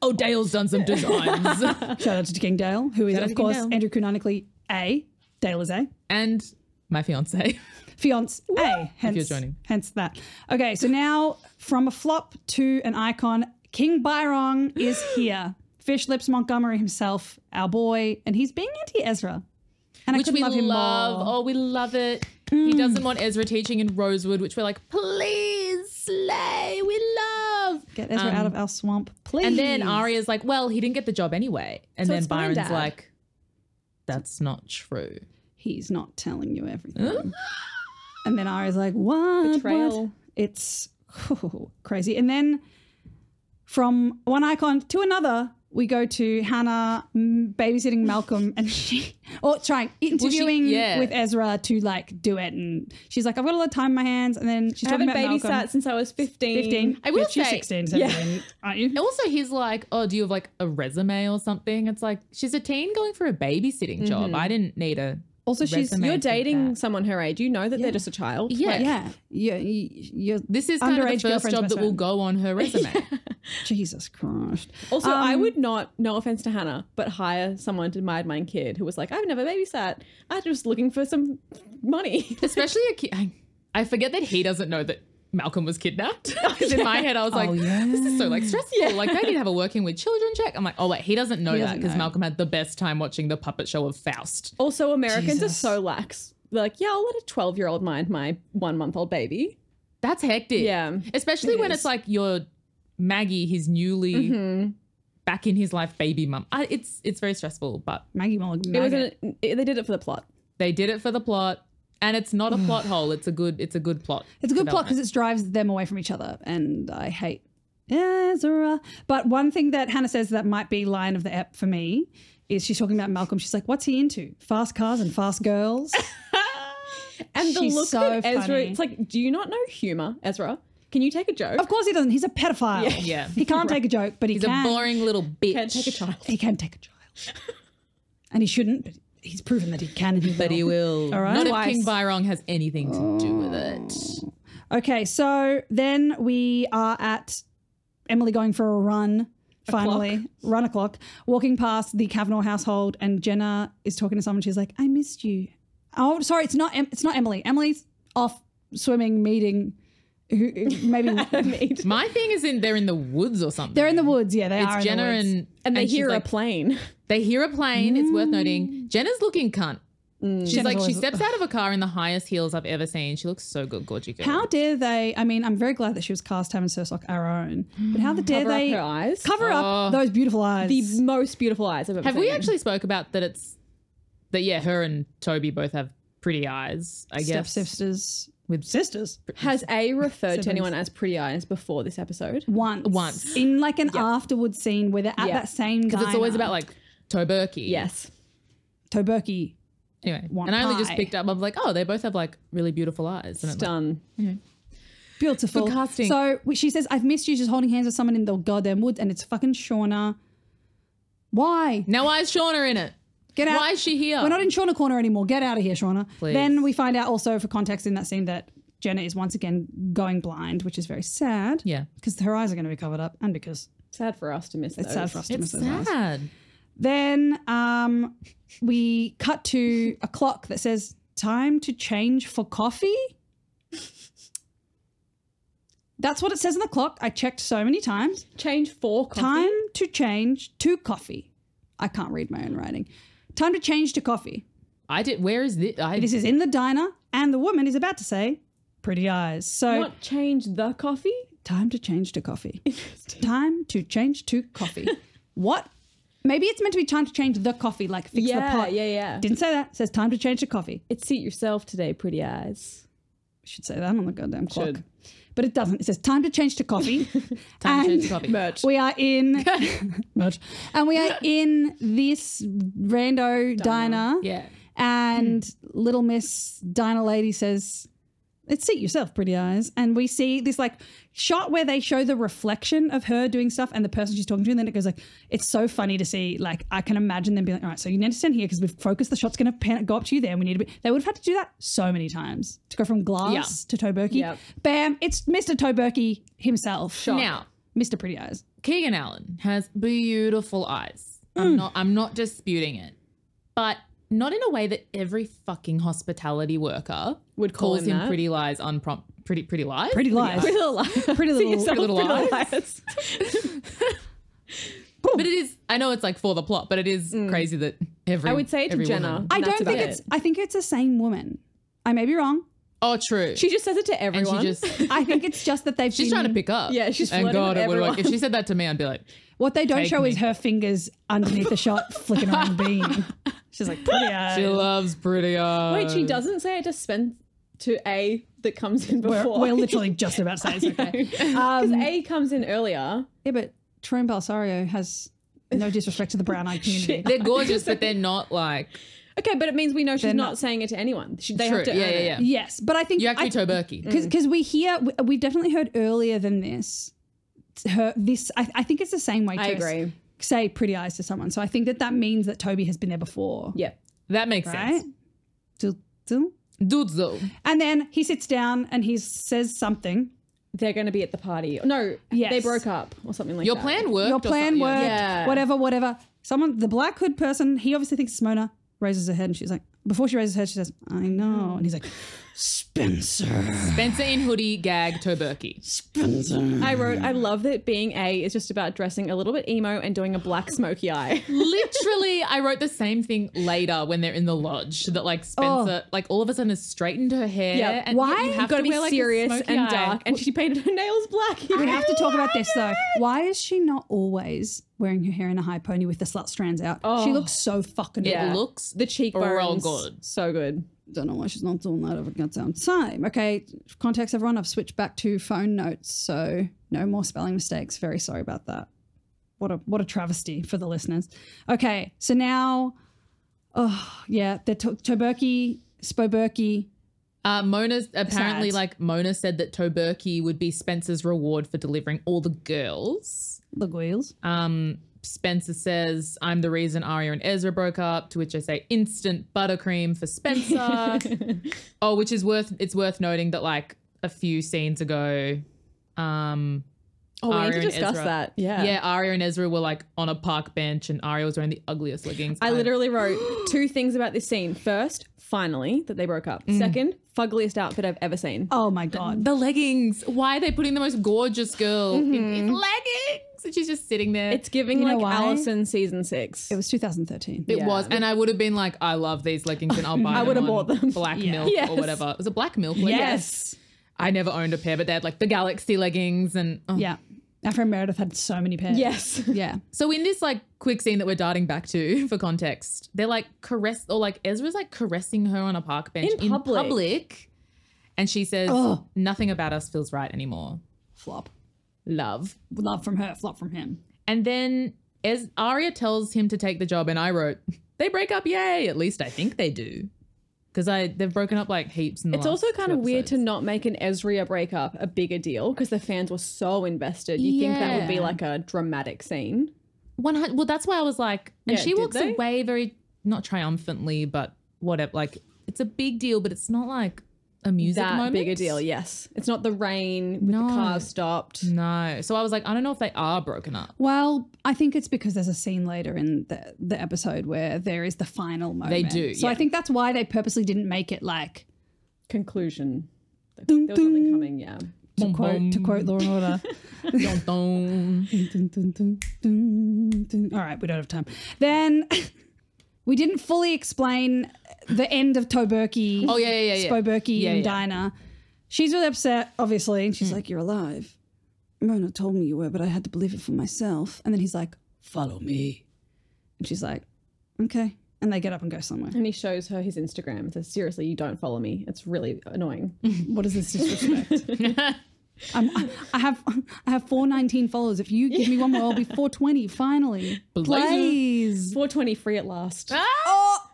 S2: Oh, Dale's done some designs.
S1: Shout out to King Dale, who is
S2: out
S1: of
S2: to King
S1: course
S2: Dale.
S1: Andrew canonically A. Dale is A.
S2: and my fiance.
S1: Fiance A. Hence,
S2: you're joining.
S1: hence that. Okay, so now from a flop to an icon, King Byrong is here. Fish Lips Montgomery himself, our boy, and he's being anti Ezra. And I
S2: Which
S1: couldn't
S2: we
S1: love
S2: love.
S1: him more. Mm.
S2: Oh, we love it. He doesn't want Ezra teaching in Rosewood, which we're like, please, slay. We love.
S1: Get Ezra out of our swamp, please.
S2: um, And then Arya's like, well, he didn't get the job anyway. And
S4: So
S2: then
S4: it's fine,
S2: Byron's
S4: Dad.
S2: like, that's not true.
S1: he's not telling you everything. and then Arya's like, what?
S4: Betrayal.
S1: What? It's crazy. And then from one icon to another, we go to Hannah mm, babysitting Malcolm and she, or trying, interviewing
S2: yeah.
S1: with Ezra to like do it. And she's like, I've got a lot of time on my hands. And then she's
S4: I
S1: talking
S4: haven't
S1: about Malcolm.
S4: babysat since I was 15.
S1: 15.
S2: I will
S1: Bitch, you're
S2: say-
S1: 16, 17, aren't you?
S2: And also, he's like, oh, do you have like a resume or something? It's like, she's a teen going for a babysitting job. I didn't need a.
S1: Also, she's,
S2: resume
S4: You're
S2: for
S4: dating
S2: that.
S4: someone her age. You know that they're just a child.
S2: Yeah.
S4: Like,
S1: yeah, you're, you're,
S2: This is kind of the
S1: Underage
S2: first
S1: girlfriend's
S2: job
S1: best
S2: that will
S1: friend.
S2: go on her resume.
S1: Jesus Christ.
S4: Also,
S1: um,
S4: I would not, no offense to Hannah, but hire someone to mind my kid who was like, I've never babysat. I'm just looking for some money.
S2: Especially a kid. I, I forget that he doesn't know that Malcolm was kidnapped. Because in my head, I was like, this is so like stressful. Like they didn't have a working with children check. I'm like, oh wait, he doesn't know that
S1: doesn't
S2: because
S1: know.
S2: Malcolm had the best time watching the puppet show of Faust.
S4: Also, Americans
S1: Jesus.
S4: are so lax. They're like, yeah, I'll let a 12 year old mind my one month old baby.
S2: That's hectic.
S4: Yeah.
S2: Especially
S4: It
S2: when
S4: is.
S2: it's like you're Maggie, his newly
S1: Mm-hmm.
S4: Hmm.
S2: back in his life baby mum. I- It's it's very stressful, but
S1: Maggie Mulligan.
S4: It was an, it, they did it for the plot.
S2: they did it for the plot. And it's not a
S1: Mm.
S2: plot hole. It's a good. It's a good plot.
S1: It's a good plot because it drives them away from each other, and I hate Ezra. But one thing that Hannah says that might be line of the ep for me is she's talking about Malcolm. She's like, "What's he into? Fast cars and fast girls."
S4: And the
S1: She's
S4: look
S1: so
S4: that Ezra,
S1: funny.
S4: it's like, do you not know humor, Ezra? Can you take a joke?
S1: of course he doesn't. He's a pedophile.
S4: Yeah.
S2: Yeah.
S1: he can't take a joke, but he
S2: He's a
S1: can.
S2: boring little bitch.
S4: Can't take a child.
S1: he can take a child, and he shouldn't. But he's proven that he can, and he
S2: But he will.
S1: All right. Oh.
S2: Not if
S1: Twice.
S2: King Byrong has anything to do with it.
S1: Okay, so then we are at Emily going for a run. Finally, run o'clock, walking past the Kavanaugh household, and Jenna is talking to someone. She's like, "I missed you." Oh, sorry, it's not. Em- it's not Emily. Emily's off swimming, meeting. Who who- maybe
S4: Made.
S2: My thing is in they're in the woods or something.
S1: they're in the woods. Yeah, they are. in
S2: It's
S1: the
S2: Jenna
S1: woods.
S2: and
S4: And they
S2: she's
S4: hear
S2: like-
S4: a plane.
S2: They hear a plane. It's worth noting. Jenna's looking cunt. She's
S1: Mm. Jenna's
S2: like she
S1: always-
S2: steps out of a car in the highest heels I've ever seen. She looks so good, gorgeous. girl.
S1: How dare they? I mean, I'm very glad that she was cast having Sursock our own, but how the dare
S4: Cover up
S1: they
S4: her eyes.
S1: cover up those beautiful eyes?
S4: the most beautiful eyes I've ever
S2: have
S4: seen.
S2: we actually spoke about that? It's that yeah, her and Toby both have pretty eyes. I
S1: step
S2: guess
S1: sisters
S2: with
S1: sisters.
S4: Has A referred
S1: Siblings.
S4: to anyone as pretty eyes before this episode?
S1: once,
S2: Once.
S1: in like an afterward scene where they're at
S4: Yeah.
S1: that same. Because
S2: because it's always about like Toberky.
S4: Yes.
S1: Toberki.
S2: Anyway,
S1: Want
S2: and I only just
S1: pie.
S2: picked up. I'm like, oh, they both have like really beautiful eyes. And I'm like,
S4: Done.
S1: Beautiful
S2: Good casting.
S1: So we- she says, "I've missed you, just holding hands with someone in the goddamn woods, and it's fucking Shauna. Why?
S2: now why is Shauna in it?
S1: Get out!
S2: Why is she here?
S1: We're not in Shauna corner anymore. Get out of here, Shauna."
S2: Please.
S1: Then we find out also for context in that scene that Jenna is once again going blind, which is very sad.
S2: yeah,
S1: Because her eyes are going to be covered up, and because
S4: Sad for us to miss
S1: it's
S4: those.
S1: sad for us to
S2: it's
S1: miss those eyes.
S2: sad.
S1: Then um, we cut to a clock that says time to change for coffee. That's what it says on the clock. I checked so many times.
S4: Change for coffee.
S1: Time to change to coffee. I can't read my own writing. Time to change to coffee.
S2: I did. Where is this? I,
S1: This is in the diner, and the woman is about to say, Pretty eyes. So,
S4: Not change the coffee.
S1: time to change to coffee. time to change to coffee. what? Maybe it's meant to be time to change the coffee, like fix
S4: yeah,
S1: the pot.
S4: yeah, yeah.
S1: Didn't say that. Says time to change to coffee.
S4: It's seat yourself today, pretty eyes.
S1: We should say that on the goddamn clock.
S4: Should.
S1: But it doesn't. It says time to change to coffee.
S2: time to
S1: and
S2: change the copy.
S4: Merch.
S1: we are in much. And we are in this rando diner.
S2: Yeah.
S4: Hmm.
S1: And little Miss Diner Lady says, It's Seat Yourself, Pretty Eyes. And we see this like shot where they show the reflection of her doing stuff and the person she's talking to. And then it goes like, it's so funny to see. Like, I can imagine them being like, all right, so you need to stand here because we've focused the shot's going to go up to you there. And we need to be. They would have had to do that so many times to go from glass to Toberky.
S4: Yep.
S1: Bam, it's Mr. Toberky himself.
S2: Now,
S1: Mr. Pretty Eyes.
S2: Keegan Allen has beautiful eyes.
S4: Hmm.
S2: I'm not I'm not disputing it. But not in a way that every fucking hospitality worker
S4: Would call
S2: calls
S4: him
S2: him
S4: that.
S2: pretty lies on prompt pretty pretty lies.
S1: Pretty Lies.
S4: Pretty little lies.
S1: Pretty Little-
S4: Yourself,
S2: Pretty Little
S4: lies.
S2: But it is I know it's like for the plot, but it is crazy that every
S4: Hmm. I would say to
S2: every
S4: Jenna.
S2: woman-
S1: I
S4: and that's
S1: don't think
S4: about
S1: it's,
S4: it.
S1: I think it's the same woman. I may be wrong.
S2: Oh true.
S4: She just says it to
S2: and she
S4: everyone.
S2: just
S1: I think it's just that they've
S2: She's
S1: been-
S2: trying to pick up.
S4: Yeah, she's
S2: and
S4: flirting with
S2: it would work.
S4: everyone.
S2: If she said that to me, I'd be like,
S1: What they don't
S2: Take
S1: show
S2: me.
S1: is her fingers underneath the shot flicking around beam. She's like, pretty eyes.
S2: she loves pretty eyes.
S4: Wait, she doesn't say it to Spen to A that comes in
S1: We're,
S4: before.
S1: we're literally just about to say it's okay. Um,
S4: Because A comes in earlier.
S1: Yeah, but Tyrone Balsario has no disrespect to the brown eyed community.
S2: They're gorgeous, but they're not like
S4: Okay, but it means we know she's
S1: They're
S4: not,
S1: not-
S4: saying it to anyone. She, they
S2: true.
S4: have to
S2: yeah,
S4: earn
S2: yeah,
S4: it. Mm.
S2: yeah.
S1: yes, but I think
S2: You have to be
S1: I-
S2: Toberky.
S1: because because we hear we, we definitely heard earlier than this. Her this I, I think it's the same way.
S4: I agree.
S1: Say pretty eyes to someone, so I think that that means that Toby has been there before,
S4: Yeah.
S2: That makes
S1: right?
S2: sense.
S1: Do- do.
S2: Dudes though.
S1: And then he sits down and he says something.
S4: They're going to be at the party. No,
S1: Yes.
S4: they broke up or something like
S2: Your
S4: that.
S2: plan worked.
S1: Your
S2: or
S1: plan
S2: something.
S1: worked.
S4: Yeah.
S1: Whatever, whatever. Someone, the black hood person, he obviously thinks it's Mona, raises her head and she's like, before she raises her head, she says, I know. And he's like, Spencer.
S2: Spencer in hoodie gag Toberky.
S1: Spencer.
S4: I wrote, I love that being A is just about dressing a little bit emo and doing a black smoky eye.
S2: Literally, I wrote the same thing later when they're in the lodge that like Spencer, like all of a sudden has straightened her hair.
S4: Yeah,
S2: and
S1: why?
S2: You
S4: You've
S2: have
S4: got
S2: to
S4: to be
S2: wear, like, a
S4: serious
S2: smoky
S4: and
S2: eye.
S4: dark. And she painted her nails black.
S1: We have to talk about this though. Why is she not always wearing her hair in a high pony with the slut strands out? She looks so fucking
S2: It
S4: Oh. Yeah.
S1: old.
S2: looks
S4: the
S2: real
S4: cheekbones.
S2: good.
S4: So good.
S1: Don't know why she's not doing that if it gets out time. Okay, context everyone. I've switched back to phone notes, so no more spelling mistakes. Very sorry about that. What a what a travesty for the listeners. Okay, so now, oh yeah, the to- Toberky, Spoberky.
S2: Uh, Mona's apparently
S1: Sad.
S2: like Mona said that Toberky would be Spencer's reward for delivering all the girls.
S1: The wheels.
S2: Um, Spencer says, "I'm the reason Arya and Ezra broke up." To which I say, "Instant buttercream for Spencer." oh, which is worth it's worth noting that like a few scenes ago, um,
S4: Oh, we
S2: Arya
S4: need to
S2: and
S4: discuss
S2: Ezra.
S4: that. Yeah.
S2: yeah, Arya and Ezra were like on a park bench, and Arya was wearing the ugliest leggings.
S4: I
S2: I've-
S4: literally wrote two things about this scene. First, finally, that they broke
S2: Mm.
S4: up. Second, fuggliest outfit I've ever seen.
S1: Oh my god.
S2: the leggings. Why are they putting the most gorgeous girl in these leggings? And she's just sitting there.
S4: Mm-hmm. It's giving
S1: You know
S4: like
S1: why?
S4: Allison season six.
S1: It was 2013.
S2: It
S4: Yeah.
S2: was, and I would have been like, I love these leggings, and I'll buy.
S4: I
S2: them
S4: would have
S2: on
S4: bought them.
S2: Black
S1: Yeah.
S2: milk
S4: Yes.
S2: or whatever. It was a black milk. Legging.
S1: Yes.
S2: I never owned a pair, but they had like the galaxy leggings, and oh.
S1: Yeah. Our friend Meredith had so many pairs.
S4: yes.
S1: Yeah.
S2: So in this like quick scene that we're darting back to for context, they're like caress or like Ezra's like caressing her on a park bench
S4: In public. Oh.
S2: public, and she says
S1: Ugh.
S2: nothing about us feels right anymore.
S1: Flop.
S2: Love,
S1: Love from her. Flop from him.
S2: and then as Arya tells him to take the job, and I wrote they break up. Yay! At least I think they do, because I they've broken up like heaps. In the
S4: It's
S2: last
S4: also kind
S2: two
S4: of weird
S2: episodes.
S4: to not make an Ezria breakup a bigger deal because the fans were so invested. You think that would be
S2: Yeah.
S4: like a dramatic scene?
S2: One hundred. Well, that's why I was like, and
S4: Yeah,
S2: she
S4: did
S2: walks
S4: they?
S2: away very not triumphantly, but whatever. Like, it's a big deal, but it's not like a music
S4: that
S2: moment.
S4: big a deal, yes. It's not the rain with
S2: No.
S4: the car stopped.
S2: No. So I was like, I don't know if they are broken up.
S1: Well, I think it's because there's a scene later in the, the episode where there is the final moment.
S2: do,
S1: So I
S2: yeah.
S1: think that's why they purposely didn't make it like
S4: Conclusion. There
S1: Dun,
S4: was something
S1: dun.
S4: coming, yeah.
S1: to quote to quote Law and Order.
S2: Dun, dun.
S1: Dun, dun, dun, dun, dun. All right, we don't have time. Then we didn't fully explain the end of Toberky.
S2: oh yeah, yeah, yeah. yeah.
S1: Spoberky
S2: Yeah,
S1: and
S2: yeah. Hmm.
S1: Dinah. She's really upset, obviously, and she's like, "You're alive." Mona told me you were, but I had to believe it for myself. And then he's like, "Follow me," and she's like, "Okay." And they get up and go somewhere.
S4: And he shows her his Instagram and says, Seriously, you don't follow me. It's really annoying.
S2: Mm.
S1: What is this disrespect? I'm, I- I have I have 419 followers. If you give me one more, I'll be 420 finally.
S2: Blazer.
S1: Please.
S4: 420 free at last.
S2: Ah!
S1: Oh,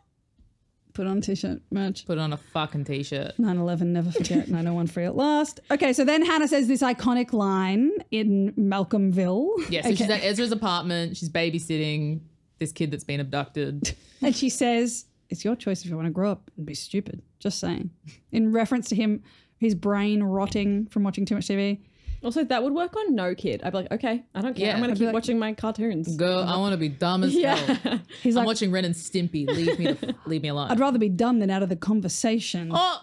S1: Put on a t-shirt merch.
S2: Put on a fucking t-shirt.
S1: 9-11, never forget, 901 free at last. Okay, so then Hannah says this iconic line in Malcolmville.
S2: Yeah, so
S1: Okay.
S2: she's at Ezra's apartment. She's babysitting this kid that's been abducted.
S1: And she says, It's your choice if you want to grow up and be stupid. Just saying. In reference to him, his brain rotting from watching too much TV.
S4: Also, that would work on no kid. I'd be like, okay, I don't care.
S2: Yeah.
S4: I'm gonna
S2: I'd be
S4: keep
S1: like-
S4: watching my cartoons.
S2: Girl, I want to be dumb as hell.
S4: Yeah.
S1: He's
S2: I'm
S1: like,
S2: watching Ren and Stimpy. Leave me, the, leave me alone.
S1: I'd rather be dumb than out of the conversation
S2: oh,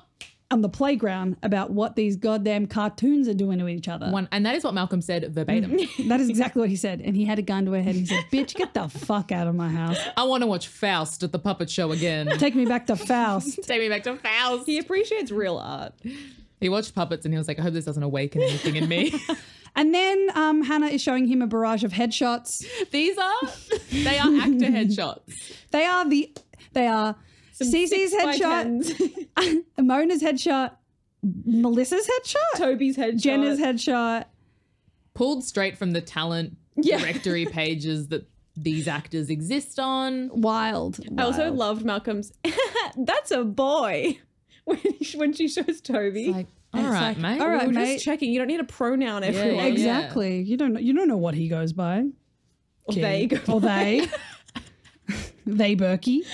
S1: on the playground about what these goddamn cartoons are doing to each other.
S2: one, and that is what Malcolm said verbatim.
S1: That is exactly what he said. And he had a gun to her head and he said, Bitch, get the fuck out of my house.
S2: I want to watch Faust at the puppet show again.
S1: Take me back to Faust.
S2: Take me back to Faust.
S4: he appreciates real art.
S2: He watched puppets and he was like, I hope this doesn't awaken anything in me.
S1: And then um, Hannah is showing him a barrage of headshots.
S2: These are they are actor headshots.
S1: They are the they are Cece's
S4: Six by
S1: headshot,
S4: tens.
S1: Mona's headshot, Melissa's headshot,
S4: Toby's headshot.
S2: Uh,
S1: Jenna's headshot.
S2: Pulled straight from the talent
S4: Yeah.
S2: directory pages that these actors exist on.
S1: Wild.
S4: I also
S1: wild.
S4: loved Malcolm's. That's a boy. When, she- when she shows Toby,
S2: Like, all
S1: It's like,
S2: right, mate.
S1: all
S4: we
S1: right,
S4: were
S1: mate.
S4: just checking. You don't need a pronoun, everyone.
S2: yeah.
S1: exactly. You don't know, you don't know what he goes by.
S4: Or they
S1: Kid.
S4: go
S1: or they they Berkey.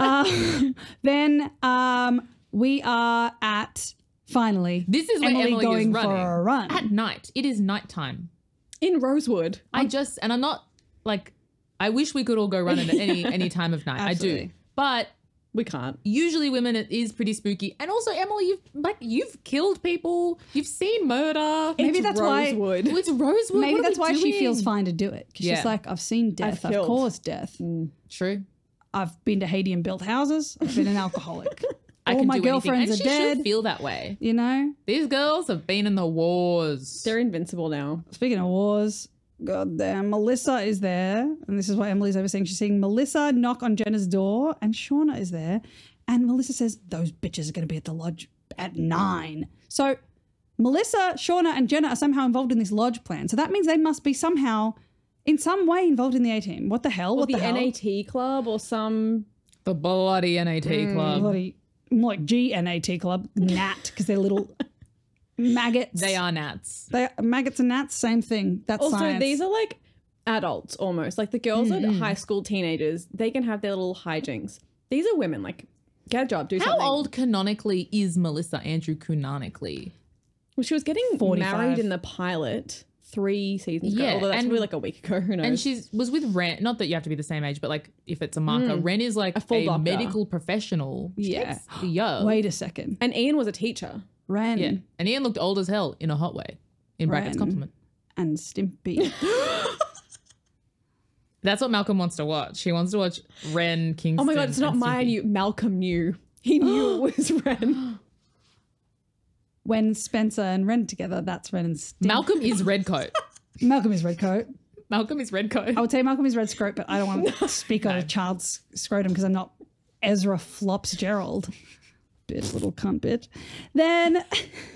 S1: Um, then um, we are at finally.
S2: This is where
S1: Emily,
S2: Emily,
S1: going
S2: is running.
S1: for a run.
S2: At night. It is nighttime.
S4: in Rosewood.
S2: I just and I'm not like I wish we could all go running at any any time of night. I do.
S1: Absolutely.
S2: But
S4: We can't.
S2: usually women it is pretty spooky. And also Emily, you've like you've killed people, you've seen murder.
S1: Maybe
S4: It's
S1: that's why-
S4: Rosewood.
S2: Well, Oh, it's Rosewood.
S1: Maybe
S2: what are
S1: that's
S2: we
S1: why she
S2: doing?
S1: feels fine to do it. 'cause
S2: Yeah.
S1: she's like, I've seen death. I've,
S4: killed.
S1: caused death.
S2: True.
S1: I've been to Haiti and built houses. I've been an alcoholic.
S2: I
S1: All
S2: can
S1: my
S2: do
S1: girlfriends
S2: anything.
S1: are
S2: and she should
S1: dead.
S2: Feel that way.
S1: you know.
S2: These girls have been in the wars.
S4: They're invincible now.
S1: Speaking of wars, goddamn, Melissa is there. And this is why Emily's overseeing. She's seeing Melissa knock on Jenna's door, and Shauna is there. And Melissa says, Those bitches are going to be at the lodge at nine. So Melissa, Shauna, and Jenna are somehow involved in this lodge plan. So that means they must be somehow, in some way, involved in the A team. What the hell?
S4: Or
S1: What
S4: the,
S1: the, hell?
S4: NAT club or some.
S2: the bloody NAT club.
S1: Mm, Bloody, more like GNAT club, NAT, because they're little maggots.
S2: They are gnats.
S1: They maggots and gnats, same thing. That's
S4: Also,
S1: science.
S4: these are like adults almost. Like the girls
S2: Mm-hmm.
S4: are high school teenagers. They can have their little hijinks. These are women. Like, get a job, do
S2: How
S4: something.
S2: old canonically is Melissa Andrew canonically?
S4: Well, she was getting
S1: 45.
S4: married in the pilot three seasons ago.
S2: Yeah,
S4: although that's
S2: and-
S4: probably like a week ago. Who knows?
S2: And she was with Ren. Not that you have to be the same age, but like if it's a marker,
S1: Mm.
S2: Ren is like a,
S4: full doctor.
S2: medical professional.
S1: Yeah.
S2: Yo.
S1: Wait a second.
S4: and Ian was a teacher.
S1: Ren
S2: Yeah. And Ian looked old as hell in a hot way. In brackets
S1: Ren.
S2: compliment.
S1: and Stimpy.
S2: That's what Malcolm wants to watch. He wants to watch Ren Kingston.
S4: Oh my god, it's not
S2: and
S4: my
S2: Stimpy.
S4: new Malcolm knew. He knew it was Ren.
S1: when Spencer and Ren together, that's Ren and Stimpy.
S2: Malcolm is redcoat.
S1: Malcolm is Redcoat.
S2: Malcolm is redcoat.
S1: I would say Malcolm is Red Scrote, but I don't want to speak on a child's scrotum because I'm not Ezra Flops Gerald. Bitch, little cunt bitch. Then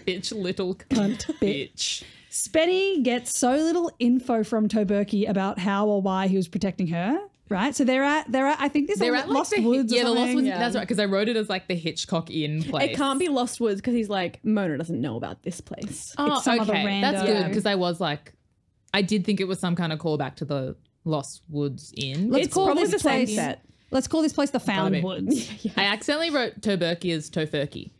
S2: bitch, little
S1: Cunt bitch.
S2: bitch.
S1: Spenny gets so little info from Toberky about how or why he was protecting her. Right, so they're at they're at I think this
S2: They're
S1: is
S2: at like,
S1: Lost
S2: the,
S1: Woods. or
S2: Yeah, the Lost
S1: something.
S2: Woods. That's right. Because I wrote it as like the Hitchcock Inn place.
S4: It can't be Lost Woods because he's like, Mona doesn't know about this place.
S2: Oh,
S1: It's some
S2: okay.
S1: other
S2: That's
S1: rando.
S2: good because I was like, I did think it was some kind of callback to the Lost Woods Inn.
S1: Let's
S4: It's
S1: call
S4: probably
S1: this
S4: the same
S1: place.
S4: set.
S1: Let's call this place the Found
S2: Gotta be.
S1: Woods.
S2: I accidentally wrote Toberky as Tofurky,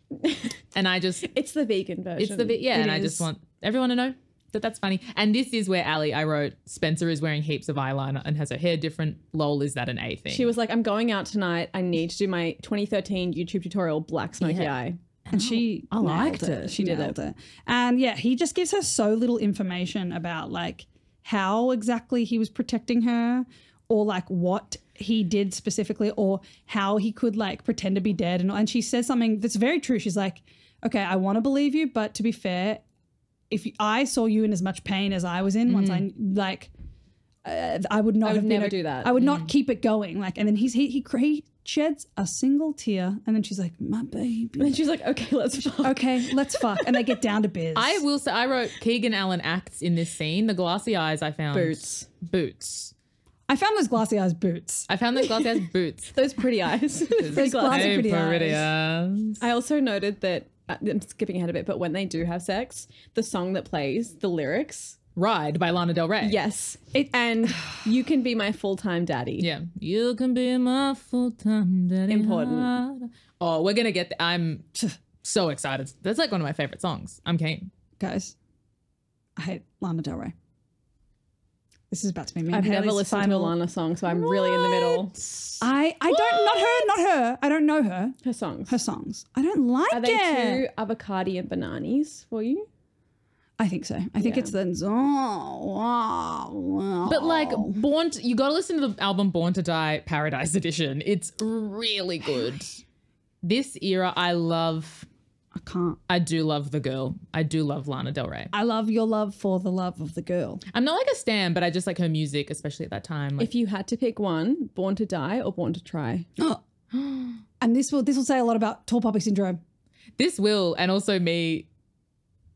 S2: and I just
S4: It's the vegan version.
S2: it's the bit yeah,
S1: It
S2: and I
S1: is.
S2: just want everyone to know that that's funny. And this is where Ali, I wrote Spencer is wearing heaps of eyeliner and has her hair different. Lol, is that an A thing?
S4: She was like, I'm going out tonight. I need to do my 2013 YouTube tutorial, Black Smoky Eye.
S1: and she
S4: Oh, I liked
S1: nailed
S4: it.
S1: She did
S4: Nailed
S1: it. And yeah, he just gives her so little information about like how exactly he was protecting her or like what he did specifically or how he could like pretend to be dead and and she says something that's very true. She's like, "Okay, I want to believe you, but to be fair, if you- I saw you in as much pain as I was in once I like uh, I would not
S4: Mm-hmm. I
S1: have
S4: would
S1: been
S4: never
S1: o-
S4: do that. Mm-hmm.
S1: I would not keep it going. Like, and then he's he he, cr- he sheds a single tear, and then she's like, "My baby."
S4: And she's like, okay, let's fuck.
S1: okay, let's fuck. And they get down to biz.
S2: I will say I wrote Keegan Allen acts in this scene. The glassy eyes I found
S4: Boots.
S2: boots.
S1: I found those glassy eyes boots.
S2: I found those glassy eyes boots.
S4: Those pretty eyes.
S1: Those glassy
S2: Hey,
S1: pretty eyes.
S2: pretty eyes.
S4: I also noted that uh, I'm skipping ahead a bit, but when they do have sex, the song that plays, the lyrics,
S2: Ride by Lana Del Rey.
S4: yes, and you can be my full time daddy.
S2: Yeah. You can be my full time daddy.
S4: Important.
S2: Hard. Oh, we're gonna get. I'm so excited. That's like one of my favorite songs. I'm keen.
S1: Guys, I hate Lana Del Rey. This is about to be me. and
S4: I've never
S1: Hayley's
S4: listened
S1: final-
S4: to a Lana song, so I'm really in the middle.
S1: I, I don't, not her, not her. I don't know her,
S4: Her songs.
S1: her songs. I don't like
S4: Are they
S1: it.
S4: two avocado and bananas for you?
S1: I think so. I think
S4: Yeah.
S1: it's the oh, wow, wow.
S2: But like
S4: Oh.
S2: Born, to, you gotta listen to the album Born to Die Paradise Edition. It's really good. This era, I love.
S1: I can't.
S2: I do love the girl. I do love Lana Del Rey.
S1: I love your love for the love of the girl.
S2: I'm not like a stan, but I just like her music, especially at that time. Like,
S4: If you had to pick one, Born to Die or Born to Try?
S1: and this will this will say a lot about tall poppy syndrome.
S2: this will, and also me.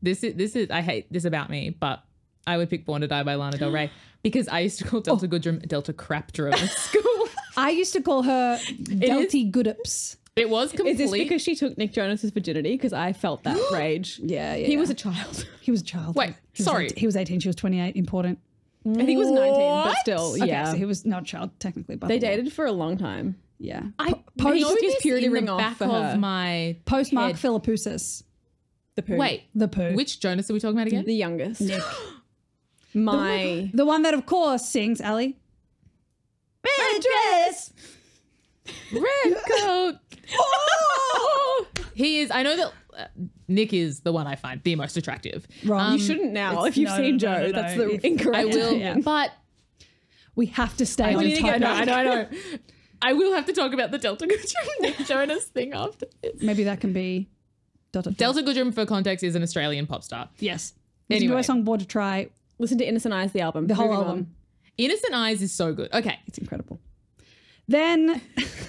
S2: This is this is I hate this about me, but I would pick Born to Die by Lana Del Rey because I used to call
S4: Oh.
S2: Delta Goodrum Delta Crap Drum at school.
S1: I used to call her Delty Goodups.
S2: it was complete.
S4: Is this because she took Nick Jonas's virginity? Because I felt that rage.
S1: Yeah, yeah.
S4: He was a child.
S1: he was a child.
S2: Wait,
S1: He was
S2: sorry.
S1: eight- he was eighteen. She was twenty eight. Important.
S4: I think he was 19, but
S2: What?
S4: still,
S1: Okay,
S4: yeah.
S1: so he was not a child technically. But
S4: they dated for a long time.
S1: Yeah.
S2: I
S4: he
S2: post
S4: took his purity
S2: in
S4: ring
S2: the
S4: off
S2: back
S4: for
S2: of
S4: her.
S2: my
S1: Post Mark
S2: head.
S1: Philippoussis,
S4: The poo.
S2: Wait,
S1: the poo,
S2: which Jonas are we talking about again?
S4: The youngest. Nick. My.
S1: the one that of course sings Ali. Red dress.
S2: Red coat. he is. I know that uh, Nick is the one I find the most attractive.
S1: Wrong.
S4: you shouldn't now if you've
S1: no,
S4: seen
S1: no,
S4: Joe.
S1: no, no,
S4: That's
S1: no.
S4: the
S1: If-
S4: incorrect.
S2: I will,
S4: Yeah.
S2: but
S1: we have to stay on
S4: need to
S1: topic.
S4: get back.
S2: I know, I know, I know. I will have to talk about the Delta Goodrum Nick Jonas thing after this.
S1: Maybe that can be. Dot, dot, dot.
S2: Delta Goodrum, for context, is an Australian pop star.
S1: Yes. Listen to
S2: Anyway.
S1: our song Born to Try.
S4: Listen to Innocent Eyes, the album.
S1: The whole
S4: Moving on.
S1: album.
S2: Innocent Eyes is so good. Okay,
S1: It's incredible. Then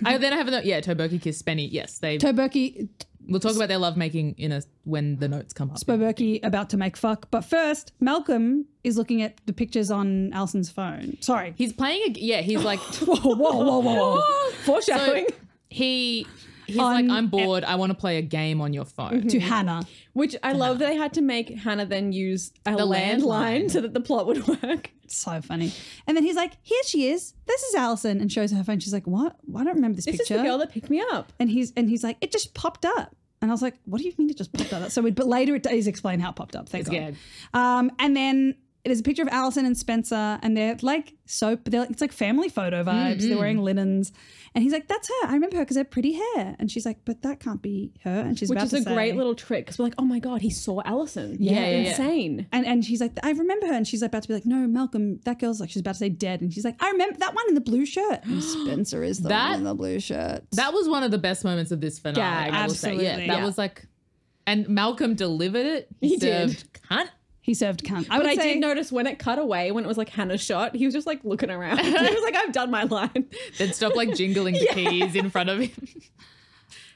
S2: I, then I have another. Yeah, Toberky Kiss Spenny. Yes, they.
S1: Toberky,
S2: we'll talk about their lovemaking in a when the notes come up.
S1: Toberky about to make fuck. But first, Malcolm is looking at the pictures on Alison's phone. Sorry.
S2: he's playing. A, yeah, he's like.
S1: whoa, whoa, whoa, whoa.
S4: Foreshadowing.
S2: So he he's
S1: On-
S2: like, I'm bored. I want to play a game on your phone.
S1: to Hannah.
S4: Which I love that they had to make Hannah then use a
S2: The
S4: landline
S2: landline.
S4: so that the plot would work.
S1: It's so funny. And then he's like, here she is. This is Alison. And shows her her phone. She's like, what? Well, I don't remember this,
S4: This is
S1: picture.
S4: the girl that picked me up.
S1: and he's and he's like, it just popped up. And I was like, what do you mean it just popped up? So we but later it does explain how it popped up. Thank
S2: It's
S1: God.
S2: good.
S1: Um, and then there's a picture of Allison and Spencer, and they're like soap. They're like, it's like family photo vibes.
S4: Mm-hmm.
S1: They're wearing linens, and he's like, "That's her. I remember her because her pretty hair." And she's like, "But that can't be her." And she's
S4: Which
S1: about
S4: is
S1: to
S4: a
S1: say-
S4: great little trick because we're like, oh my god, he saw Allison.
S2: Yeah, yeah, yeah.
S4: insane.
S1: And and she's like, "I remember her," and she's about to be like, "No, Malcolm, that girl's like she's about to say dead," and she's like, "I remember that one in the blue shirt." And Spencer is the
S2: That-
S1: one in the blue shirt.
S2: That was one of the best moments of this finale.
S4: Gag.
S2: I will say, yeah,
S1: Absolutely.
S2: that
S1: Yeah.
S2: was like, and Malcolm delivered it.
S4: He did.
S2: served cunt.
S1: he served cunt. I
S4: But
S1: would
S4: I
S1: say
S4: did notice when it cut away, when it was like Hannah's shot, he was just like looking around. he was like, I've done my line.
S2: Then stopped like jingling the keys in front of him,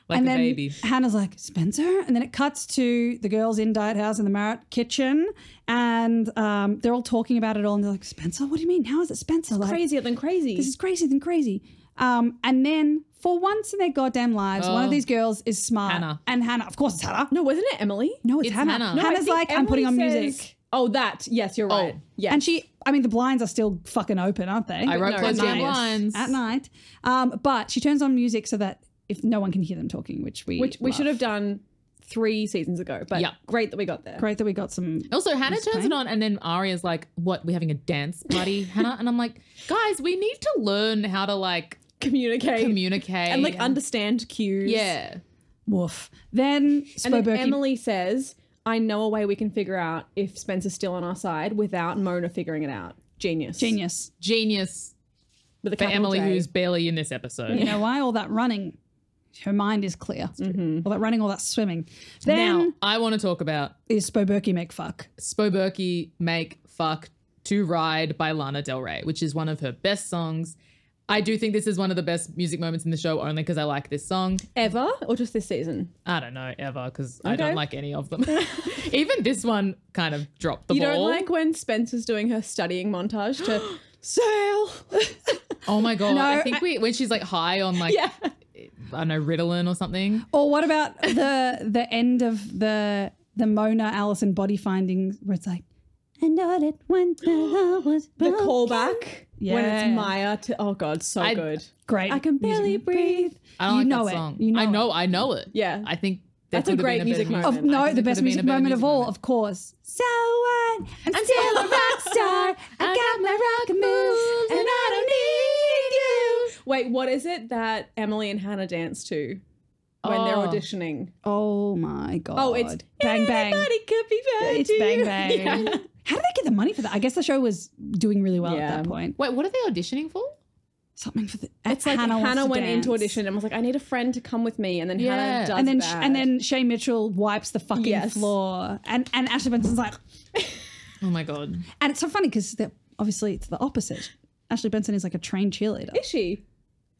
S2: like
S1: and
S2: a
S1: then
S2: baby.
S1: Hannah's like, Spencer? And then it cuts to the girls in Diet House in the Marriott kitchen. And um, they're all talking about it all. And they're like, Spencer? What do you mean? How is it Spencer? like,
S4: Crazier than crazy.
S1: This is crazy than crazy. Um, and then for once in their goddamn lives, one of
S2: Oh.
S1: these girls is smart.
S2: Hannah.
S1: And Hannah, of course it's Hannah.
S4: no, wasn't it Emily?
S1: No, it's,
S2: It's
S1: Hannah.
S2: Hannah. No, I
S1: Hannah's
S4: think
S1: like, I'm putting on
S4: Emily
S1: music.
S4: says- Oh, that. Yes, you're right.
S2: Oh.
S4: Yeah.
S1: And she, I mean, the blinds are still fucking open, aren't they?
S2: I wrote
S4: no,
S2: closed
S4: it's
S2: down
S4: nice.
S2: blinds.
S1: at night. Um, but she turns on music so that if no one can hear them talking, which we
S4: which we should
S1: love.
S4: have done three seasons ago, but
S2: Yeah.
S4: great that we got there.
S1: Great that we got some
S2: Also, Hannah turns
S1: playing.
S2: it on, and then Aria's like, "What? We're having a dance party, Hannah?" And I'm like, "Guys, we need to learn how to like
S4: Communicate.
S2: communicate
S4: and like understand cues.
S2: yeah."
S1: woof. Then
S4: And then
S1: Spoberky
S4: Emily says, I know a way we can figure out if Spencer's still on our side without Mona figuring it out. Genius.
S1: Genius.
S2: Genius
S4: With a
S2: for
S4: capital
S2: Emily,
S4: J.
S2: who's barely in this episode.
S1: You know why all that running? Her mind is clear.
S4: Mm-hmm.
S1: All that running, all that swimming. Then
S2: Now, I want to talk about
S1: is Spoberky make fuck.
S2: Spoberky Make Fuck To Ride by Lana Del Rey, which is one of her best songs. I do think this is one of the best music moments in the show only because I like this song.
S4: ever or just this season?
S2: I don't know ever because I
S4: Okay.
S2: don't like any of them. Even this one kind of dropped the
S4: You
S2: ball.
S4: don't like when Spencer's doing her studying montage to Sale.
S2: Oh my god!
S1: No,
S2: I think
S1: I-
S2: we when she's like high on like
S4: yeah.
S2: I don't know Ritalin or something.
S1: Or what about the the end of the the Mona Allison body findings where it's like, and all at once my heart was
S4: The
S1: broken."
S4: callback when
S1: Yeah.
S4: it's Maya to oh god, so
S2: I-
S4: good.
S1: Great.
S4: I can barely breathe.
S2: I don't
S1: You
S2: like
S1: know
S2: that
S1: it.
S2: song.
S1: You know
S2: I
S1: it.
S2: know. I know it.
S4: Yeah.
S2: I think there
S4: That's a
S2: could have
S4: great
S2: been
S4: music
S2: better
S4: moment.
S1: Of
S4: I
S1: no,
S2: think
S1: the
S2: it
S1: best
S2: could've been a
S1: music
S2: better
S1: moment
S2: music
S1: of all,
S2: moment.
S1: of course. So what? I'm still a rock star. I got my rock moves, and I don't need you.
S4: Wait, what is it that Emily and Hannah dance to when they're
S2: Oh.
S4: auditioning?
S1: Oh my god!
S4: Oh, it's
S1: bang bang.
S4: Anybody could be bad
S1: It's
S4: to
S1: bang
S4: you.
S1: bang. How
S4: Yeah.
S1: did they get the money for that? I guess the show was doing really well at
S4: Yeah.
S1: that point.
S2: Wait, what are they auditioning for?
S1: Something for the.
S4: It's like Hannah,
S1: Hannah, wants to
S4: went into
S1: dance.
S4: audition and was like, I need a friend to come with me. And then
S2: Yeah.
S4: Hannah does
S1: and then
S4: bad.
S1: and then Shay Mitchell wipes the fucking
S4: Yes.
S1: floor, and and Ashley Benson's like,
S2: Oh my god!
S1: and it's so funny because obviously it's the opposite. Ashley Benson is like a trained cheerleader.
S4: Is she?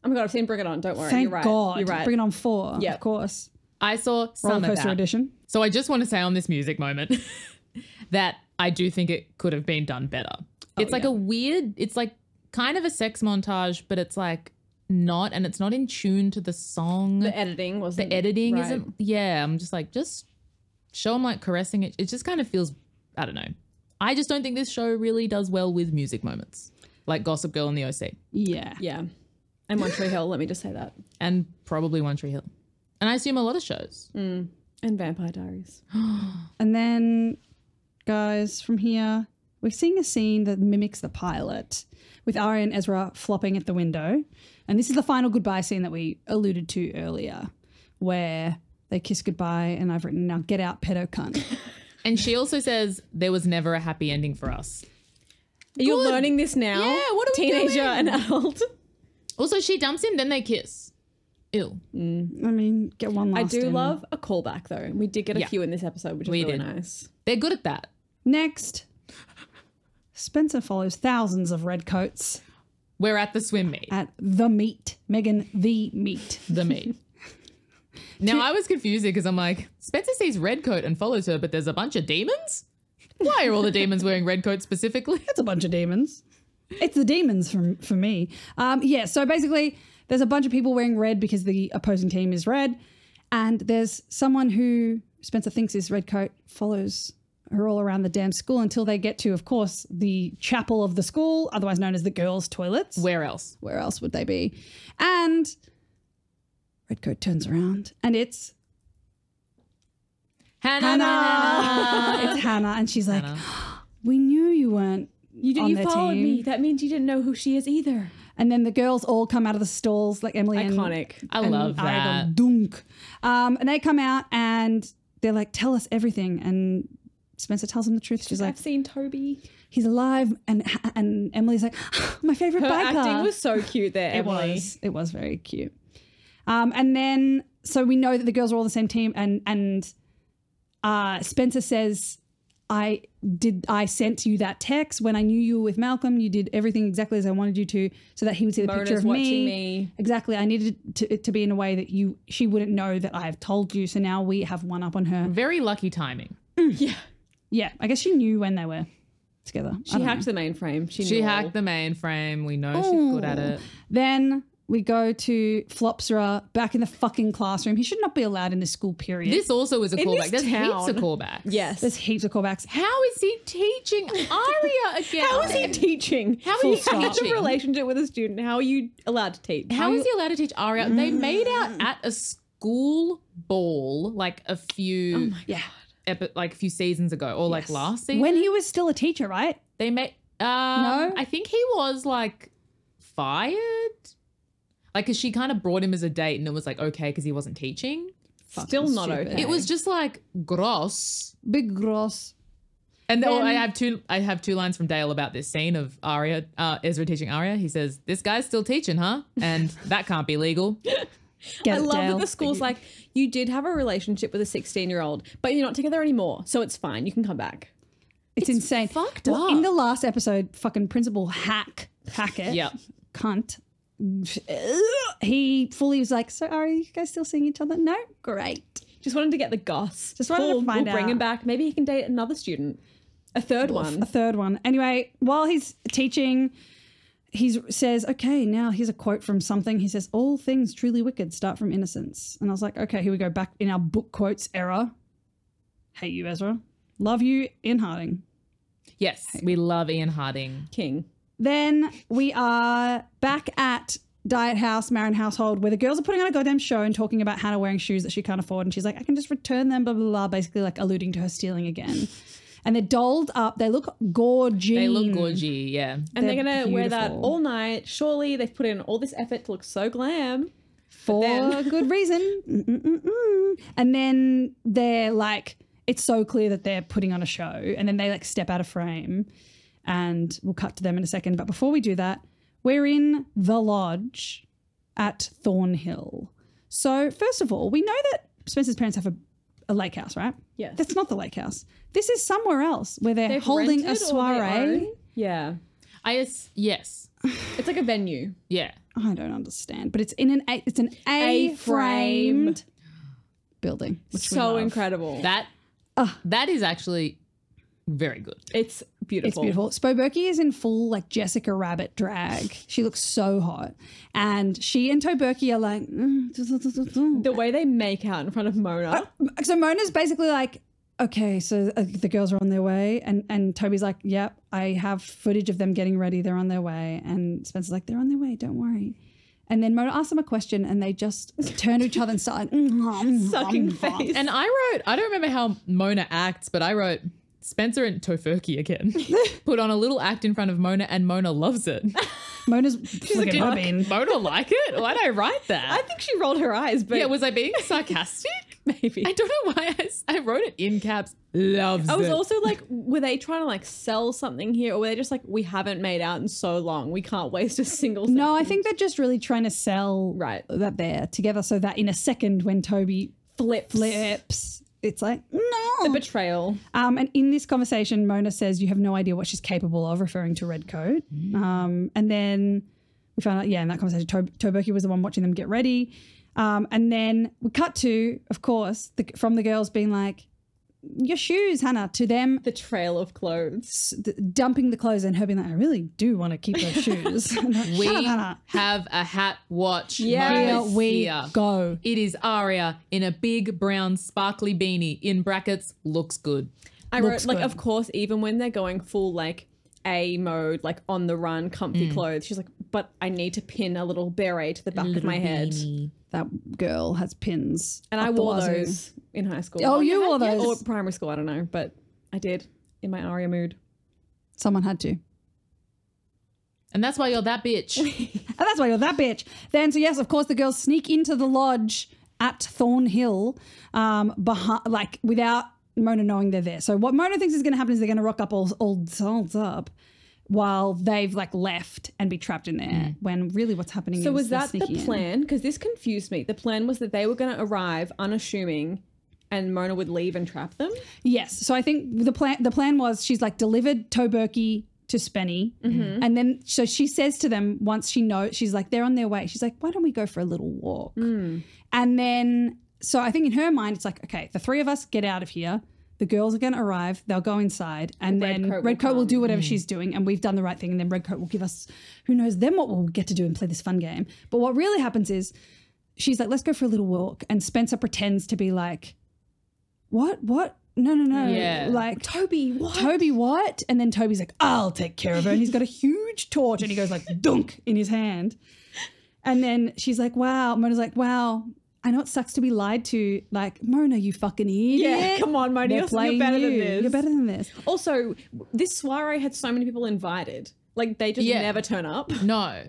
S4: Oh my god, I've seen Bring It On. Don't worry.
S1: Thank
S4: You're right.
S1: God,
S4: You're right.
S1: Bring it on four,
S4: Yeah.
S1: of course.
S2: I saw
S1: Roller
S2: some of
S1: coaster
S2: that.
S1: edition.
S2: So I just want to say on this music moment that I do think it could have been done better.
S4: Oh,
S2: it's like a weird, it's like kind of a sex montage, but it's like not, and it's not in tune to the song.
S4: The editing wasn't.
S2: The editing
S4: right.
S2: isn't. Yeah, I'm just like, just show them like caressing it. It just kind of feels, I don't know. I just don't think this show really does well with music moments, like Gossip Girl and the OC,
S1: Yeah.
S4: Yeah. And One Tree Hill, let me just say that.
S2: and probably One Tree Hill, and I assume a lot of shows.
S4: Mm. And Vampire Diaries.
S1: And then, guys, from here, we're seeing a scene that mimics the pilot with Arya and Ezra flopping at the window. And this is the final goodbye scene that we alluded to earlier, where they kiss goodbye, and I've written, now get out, pedo cunt.
S2: And she also says there was never a happy ending for us.
S4: You're learning this now?
S2: Yeah, what are we
S4: Teenager
S2: doing?
S4: and adult.
S2: Also, she dumps him, then they kiss. Ew.
S1: I mean, get one last
S4: I do
S1: in.
S4: love a callback though. We did get a
S2: Yeah.
S4: few in this episode, which is
S2: We
S4: really
S2: did.
S4: nice.
S2: They're good at that.
S1: Next, Spencer follows thousands of red coats
S2: We're at the swim meet.
S1: at the meet. Megan, the meet.
S2: The meet. Now I was confused because I'm like, Spencer sees red coat and follows her, but there's a bunch of demons. Why are all the demons wearing red coats specifically?
S1: It's a bunch of demons. It's the demons from for me. Um, yeah. So basically, there's a bunch of people wearing red because the opposing team is red, and there's someone who Spencer thinks is red coat follows her all around the damn school until they get to, of course, the chapel of the school, otherwise known as the girls' toilets.
S2: Where else?
S1: Where else would they be? And red coat turns around, and it's
S2: Hannah.
S1: Hannah. it's Hannah, and she's like, "We knew you weren't."
S4: You did,
S1: on
S4: you
S1: their
S4: followed
S1: team.
S4: me. That means you didn't know who she is either.
S1: And then the girls all come out of the stalls, like Emily and
S4: Iconic.
S2: I love
S1: I go,
S2: that.
S1: Dunk. Um, and they come out and they're like, tell us everything. And Spencer tells them the truth. She's like,
S4: I've seen Toby.
S1: he's alive. And and Emily's like, "Ah, my favorite
S4: Her
S1: biker.
S4: acting was so cute there,
S1: it
S4: Emily.
S1: was. It was very cute. Um, and then so we know that the girls are all the same team, and and uh, Spencer says, "I did. I sent you that text when I knew you were with Malcolm. You did everything exactly as I wanted you to, so that he would see the
S4: Mona's
S1: picture of
S4: watching
S1: me.
S4: me.
S1: Exactly. I needed to, it to be in a way that you she wouldn't know that I have told you. So now we have one up on her.
S2: Very lucky timing.
S1: Yeah, I guess she knew when they were together. I
S4: She
S1: don't
S4: hacked the mainframe. She,
S2: She
S4: knew all.
S2: hacked the mainframe. We know she's good at it.
S1: Then we go to Flopsra back in the fucking classroom. He should not be allowed in this school period.
S2: This also is a
S4: In
S2: callback.
S4: this
S2: There's heaps
S4: town.
S2: of callbacks.
S4: Yes.
S1: There's heaps of callbacks.
S2: How is he teaching Aria again?
S4: How is he teaching?
S2: How are
S4: Full
S2: you
S4: stop. If
S2: teaching?
S4: a relationship with a student? How are you allowed to teach?
S2: How is he allowed to teach Aria? They made
S1: Mm.
S2: out at a school ball like a few
S1: Yeah.
S2: epi- like a few seasons ago or like last season.
S1: When he was still a teacher, right?
S2: they made um,
S1: No?
S2: I think he was like fired. Like cuz she kind of brought him as a date and it was like okay cuz he wasn't teaching.
S4: Still not
S1: stupid.
S4: okay.
S2: It was just like gross.
S1: Big gross.
S2: And oh,
S1: Then-
S2: I have two. I have two lines from Dale about this scene of Aria, uh, Ezra teaching Aria. He says, "This guy's still teaching, huh? And that can't be legal."
S1: Get
S4: I
S1: it,
S4: love
S1: Dale.
S4: that the school's like, you did have a relationship with a 16 year old, but you're not together anymore. So it's fine. You can come back.
S1: It's, insane.
S2: fucked
S1: Well,
S2: up.
S1: In the last episode, fucking principal hack Hackett,
S2: Yep.
S1: cunt. He fully was like, "So are you guys still seeing each other? No, great.
S4: Just wanted to get the goss.
S1: Just wanted to
S4: Cool,
S1: find
S4: we'll bring him
S1: out.
S4: back. Maybe he can date another student, a third one.
S1: A third one. Anyway, while he's teaching, he says, okay, now here's a quote from something. He says, all things truly wicked start from innocence. And I was like, okay, here we go back in our book quotes era. Hate you, Ezra. Love you in Harding.
S2: Yes, we love Ian Harding.
S4: King.
S1: Then we are back at Diet House, Marin Household, where the girls are putting on a goddamn show and talking about Hannah wearing shoes that she can't afford. And she's like, I can just return them, blah, blah, blah, basically like alluding to her stealing again. And they're dolled up. They look gorgeous.
S2: They look gorgy, yeah.
S4: And they're,
S1: They're
S4: gonna wear that
S1: beautiful.
S4: all night. Surely they've put in all this effort to look so glam.
S1: for
S4: then-
S1: good reason. Mm-mm-mm-mm. And then they're like, it's so clear that they're putting on a show. And then they like step out of frame and we'll cut to them in a second. But before we do that, we're in the lodge at Thornhill. So, first of all, we know that Spencer's parents have a, a lake house, right?
S4: Yes.
S1: That's not the lake house. This is somewhere else where they're
S4: They've
S1: holding a
S4: rented or they
S1: soiree.
S4: own. Yeah.
S2: I as- yes.
S4: It's like a venue.
S2: Yeah.
S1: I don't understand, but it's in an a, it's an
S4: A-frame.
S1: A-framed building. Which we
S4: so
S1: love.
S4: incredible.
S2: That that is actually very good.
S4: it's
S1: It's
S4: beautiful.
S1: beautiful. Spoberky is in full like Jessica Rabbit drag. She looks so hot, and she and Toberky are like. mm,
S4: The way they make out in front of Mona.
S1: So Mona's basically like, okay, so uh, the girls are on their way, and and Toby's like, yep, I have footage of them getting ready. They're on their way, and Spencer's like, they're on their way. Don't worry. And then Mona asks them a question, and they just turn to each other and start "Mm-hmm,
S4: Sucking
S1: sucking
S4: face.
S2: And I wrote, I don't remember how Mona acts, but I wrote Spencer and Tofurky again put on a little act in front of Mona, and Mona loves it.
S1: Mona's
S2: Did
S1: freaking bobbing.
S2: Mona like it? Why'd I write
S4: I
S2: that?
S4: think she rolled her eyes, but
S2: yeah, was I being sarcastic?
S4: maybe.
S2: I don't know why I, s- I wrote it in caps. Loves
S4: I was
S2: it.
S4: also like, were they trying to like sell something here, or were they just like, we haven't made out in so long, we can't waste a single?
S1: No, I think they're just really trying to sell
S4: Right.
S1: that they're together so that in a second when Toby
S4: flip,
S1: flips, it's like, no.
S4: betrayal.
S1: Um, and in this conversation, Mona says, You have no idea what she's capable of, referring to Red Coat. Um, and then we found out, yeah, in that conversation, Tob- Toberky was the one watching them get ready. Um, and then we cut to, of course, the, from the girls being like, Your shoes, Hannah, to them
S4: The trail of clothes.
S1: s- th- dumping the clothes and her being like, I really do want to keep those shoes. And I'm like,
S2: we
S1: Shut up, Hannah.
S2: have a hat watch.
S4: Yeah.
S1: Here
S2: Mona's
S1: we
S2: here.
S1: go.
S2: It is Aria in a big brown sparkly beanie in brackets. Looks good.
S4: I
S1: Looks
S4: wrote like,
S1: good.
S4: of course, even when they're going full like a mode, like on the run, comfy clothes, she's like, but I need to pin a little beret to the back of my head,
S1: That girl has pins.
S4: and
S1: up
S4: I
S1: the
S4: wore
S1: wazoo.
S4: those in high school.
S1: Oh, you wore
S4: had-
S1: those?
S4: or primary school? I don't know, but I did in my aria mood.
S1: Someone had to.
S2: And that's why you're that bitch.
S1: And that's why you're that bitch. Then, so yes, of course, the girls sneak into the lodge at Thornhill, um, behind, like without Mona knowing they're there. So what Mona thinks is going to happen is they're going to rock up all all dolls up while they've like left and be trapped in there. When really, what's happening?
S4: Mm. So
S1: is
S4: was
S1: they're
S4: that the
S1: sneaking in.
S4: plan? Because this confused me. The plan was that they were going to arrive unassuming, and Mona would leave and trap them.
S1: Yes. So I think the plan the plan was she's like delivered Toberky to Spenny.
S4: Mm-hmm.
S1: And then so she says to them once she knows she's like they're on their way. She's like, why don't we go for a little walk?
S4: Hmm.
S1: And then so I think in her mind it's like, okay, the three of us get out of here. The girls are going to arrive. They'll go inside, and
S4: Red
S1: then
S4: Coat will
S1: Red Coat will
S4: come. Hmm.
S1: do whatever she's doing, and we've done the right thing. And then Red Coat will give us, who knows, then what we'll get to do and play this fun game. But what really happens is, she's like, "Let's go for a little walk," and Spencer pretends to be like, "What? What? No, no, no!"
S2: Yeah.
S1: Like
S4: Toby, what?
S1: Toby, what? And then Toby's like, I'll take care of her. And he's got a huge torch and he goes like dunk in his hand. And then she's like, wow. Mona's like, wow, I know it sucks to be lied to. Like, Mona, you fucking idiot.
S4: Yeah, come on, Mona,
S1: They're
S4: you're,
S1: playing
S4: you're better
S1: you.
S4: than this.
S1: You're better than this.
S4: Also, this soiree had so many people invited. Like they just
S2: Yeah.
S4: never turn up.
S2: no.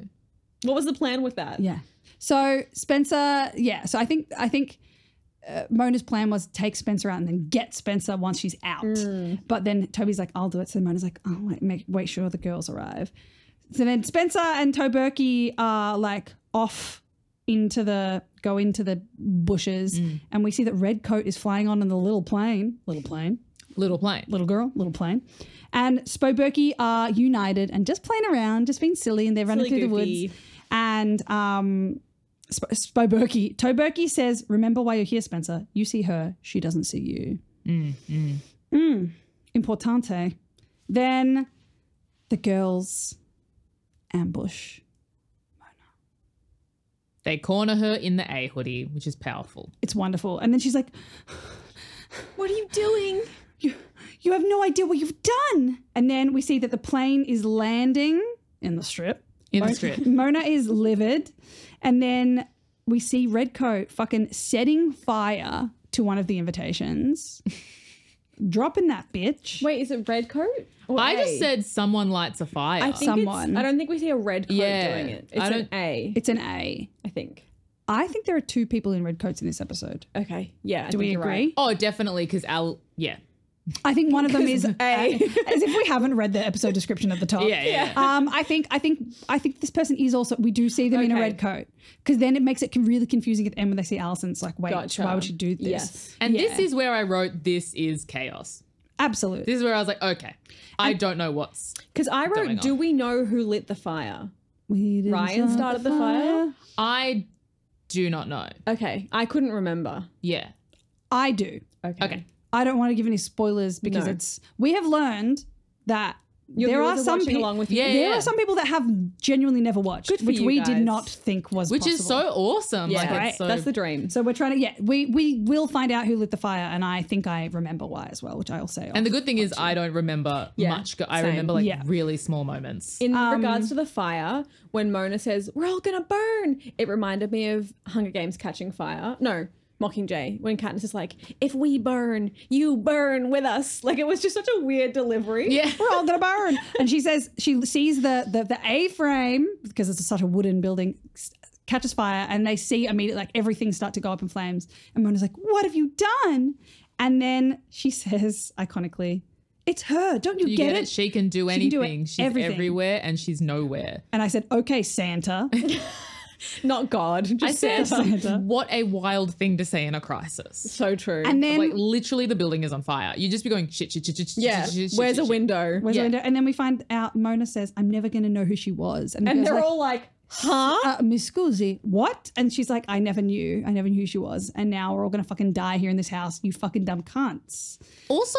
S4: What was the plan with that?
S1: Yeah. So Spencer, yeah. So I think I think uh, Mona's plan was take Spencer out and then get Spencer once she's out. But then Toby's like, I'll do it. So Mona's like, oh, wait, make wait sure the girls arrive. So then Spencer and Toberky are like off into the go into the bushes, and we see that Red Coat is flying on in the little plane, Mm. little plane,
S2: Little plane.
S1: little girl, little plane, and Spoberky are united and just playing around, just being silly, and they're running
S4: Silly
S1: through the
S4: goofy.
S1: woods. And um, Sp- Spoberky, Toberky says, "Remember why you're here, Spencer. You see her, she doesn't see you."
S4: Mm,
S1: Mm, Importante. Then the girls ambush.
S2: They corner her in the A hoodie, which is powerful.
S1: It's wonderful. And then she's like,
S4: What are you doing?
S1: you, you have no idea what you've done. And then we see that the plane is landing in the strip.
S2: In the
S1: Mon-
S2: strip.
S1: Mona is livid. And then we see Redcoat fucking setting fire to one of the invitations, dropping that bitch.
S4: Wait, is it red coat? or
S2: I
S4: A?
S2: just said someone lights a fire.
S4: I think
S1: Someone.
S4: It's, I don't think we see a red coat
S2: Yeah,
S4: doing it.
S2: I
S4: It's an
S2: don't-
S4: A,
S1: It's an A.
S4: I think.
S1: I think there are two people in red coats in this episode.
S4: Okay. Yeah.
S1: Do
S4: I think
S1: we
S4: you're
S1: agree?
S4: right.
S2: oh, definitely, because Al. Yeah.
S1: I think one of them is uh,
S4: A.
S1: as if we haven't read the episode description at the top.
S2: Yeah, yeah,
S1: Um, I think I think I think this person is also we do see them in a
S4: Okay.
S1: red coat because then it makes it con- really confusing at the end when they see Alison. It's like, wait,
S4: Gotcha.
S1: why would she do this?
S4: Yes.
S2: And this is where I wrote, this is chaos.
S1: Absolutely.
S2: This is where I was like, okay, I don't know what's.
S4: Because I
S2: Going
S4: wrote,
S2: on.
S4: do we know who lit the fire?
S1: We didn't
S4: Ryan started the fire.
S2: I do not know.
S4: Okay. I couldn't remember.
S2: Yeah.
S1: I do.
S4: Okay.
S2: Okay.
S1: I don't want to give any spoilers because
S4: No.
S1: it's we have learned that
S4: Your
S1: there are
S4: viewers
S1: some
S4: watching
S1: people.
S4: along with
S2: Yeah.
S4: you.
S1: There are some people that have genuinely never watched,
S4: Good for
S1: which
S4: you
S1: we did
S4: guys.
S1: not think was
S2: Which is
S1: possible.
S2: so awesome.
S4: Yeah.
S2: Like,
S1: Right.
S2: it's so,
S4: That's the dream.
S1: So we're trying to yeah we we will find out who lit the fire and I think I remember why as well which I'll say.
S2: and the good thing is, I don't remember
S4: Yeah,
S2: much. Go- I
S4: same.
S2: remember like
S1: Yeah.
S2: really small moments.
S4: In regards to the fire, when Mona says, We're all gonna burn, it reminded me of Hunger Games Catching Fire. No, Mockingjay, when Katniss is like, If we burn, you burn with us. Like it was just such a weird delivery.
S2: yeah.
S1: we're all gonna burn. And she says she sees the the, the A frame because it's such a wooden building s- catches fire, and they see immediately like everything start to go up in flames. And Mona's like, "What have you done?" And then she says iconically, "It's her. Don't you,
S2: You
S1: get, it?"
S2: She can
S1: She
S2: do
S1: can
S2: anything.
S1: do it-
S2: She's
S1: everything.
S2: everywhere and she's nowhere.
S1: and I said, "Okay, Santa."
S4: Not God. Just
S2: I said,
S4: Santa.
S1: Santa.
S2: what a wild thing to say in a crisis.
S4: So true.
S1: And then
S2: like literally, the building is on fire. You'd just be going shit, shit, shit, shit. shit,
S4: yeah,
S2: shit, shit, shit,
S4: where's a
S2: shit.
S4: window?
S1: where's the
S2: yeah.
S1: window? And then we find out Mona says, "I'm never gonna know who she was," and, the
S4: And
S1: girl's
S4: they're
S1: like,
S4: all like, Huh?
S1: uh, Miss Guzzi, what? And she's like, I never knew. I never knew who she was. And now we're all going to fucking die here in this house, you fucking dumb cunts.
S2: Also,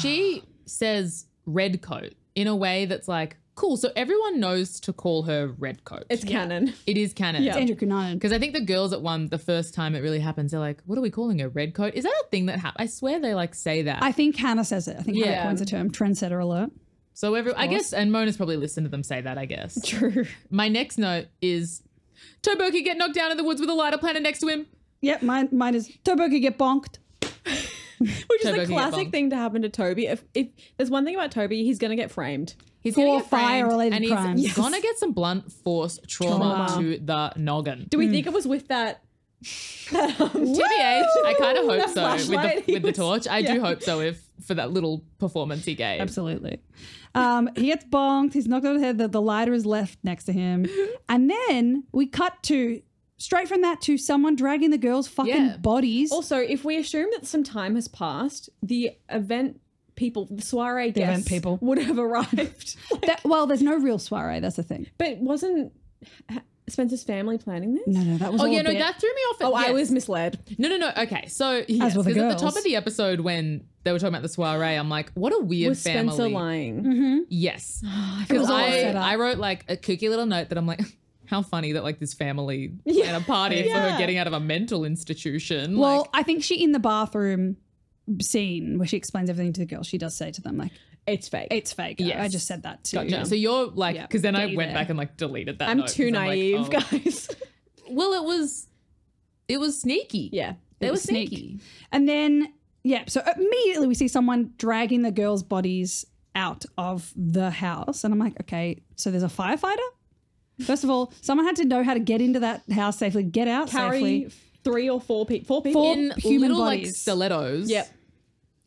S2: she says red coat in a way that's like cool. So everyone knows to call her red coat.
S4: It's canon.
S2: it is canon.
S4: Yeah.
S1: Andrew Cunanan.
S2: Because I think the girls at one, the first time it really happens, they're like, what are we calling her? Red coat? Is that a thing that happens? I swear they like say that.
S1: I think Hannah says it. I think Hannah
S2: Yeah.
S1: coins the term trendsetter alert.
S2: so every, I guess, and Mona's probably listened to them say that, I guess.
S4: True.
S2: My next note is Toboki get knocked down in the woods with a lighter planted next to him.
S1: Yep, mine, mine is Toboki get bonked.
S4: Which is
S2: Toby
S4: a
S2: can get
S4: classic
S2: bombed.
S4: thing to happen to Toby. If if there's one thing about Toby, he's gonna get framed.
S2: He's
S1: For
S2: gonna get framed,
S1: fire-related
S2: and he's
S1: crimes. Yes.
S2: gonna get some blunt force trauma,
S1: Trauma.
S2: to the noggin.
S4: Do we think it was with that? that, um,
S2: TBH, I kind of hope
S4: That
S2: so with
S4: flashlight
S2: the,
S4: he
S2: with the
S4: was-
S2: torch. I
S4: yeah.
S2: do hope so if for that little performance he gave.
S1: Absolutely. Um, he gets bonked. He's knocked on the head. The, the lighter is left next to him. And then we cut to straight from that to someone dragging the girls' fucking
S2: Yeah.
S1: bodies.
S4: Also, if we assume that some time has passed, the event people, the soiree guests,
S1: event people.
S4: would have arrived.
S1: That- well, there's no real soiree. That's the thing.
S4: but wasn't ha- Spencer's family planning this?
S1: No, no, that was.
S2: Oh
S1: all
S2: yeah,
S1: a
S2: no,
S1: bit.
S2: that threw me off. at-
S4: Oh, I
S2: yes.
S4: was misled.
S2: No, no, no. Okay, so yes,
S1: were the
S2: 'cause at the top
S1: girls.
S2: of the episode when they were talking about the soiree, I'm like, what a weird
S4: Was
S2: family. Mm-hmm.
S4: Spencer lying?
S2: Yes,
S1: It
S2: because
S1: was all
S2: I
S1: set up.
S2: I wrote like a kooky little note that I'm like. How funny that like this family
S4: Yeah.
S2: and a party for her
S4: Yeah.
S2: getting out of a mental institution.
S1: Well,
S2: like,
S1: I think she in the bathroom scene where she explains everything to the girls, she does say to them like,
S4: It's fake.
S1: "It's fake."
S2: Yes.
S1: I just said that too.
S2: gotcha. so you're like,
S1: Yeah,
S2: because then
S1: get
S2: I
S1: you
S2: went
S1: there.
S2: back and like deleted that.
S4: I'm
S2: note,
S4: too
S2: 'cause like,
S4: naive,
S2: oh.
S4: guys.
S2: Well, it was, it was sneaky.
S4: yeah.
S2: they were
S1: was sneak.
S2: sneaky.
S1: And then yeah, so immediately we see someone dragging the girls' bodies out of the house, and I'm like, okay, so there's a firefighter. First of all, someone had to know how to get into that house safely, get out
S4: Carry
S1: safely.
S4: three or four people. Four people.
S1: Four-
S2: in
S1: human
S2: little like
S1: bodies.
S2: stilettos.
S4: Yep.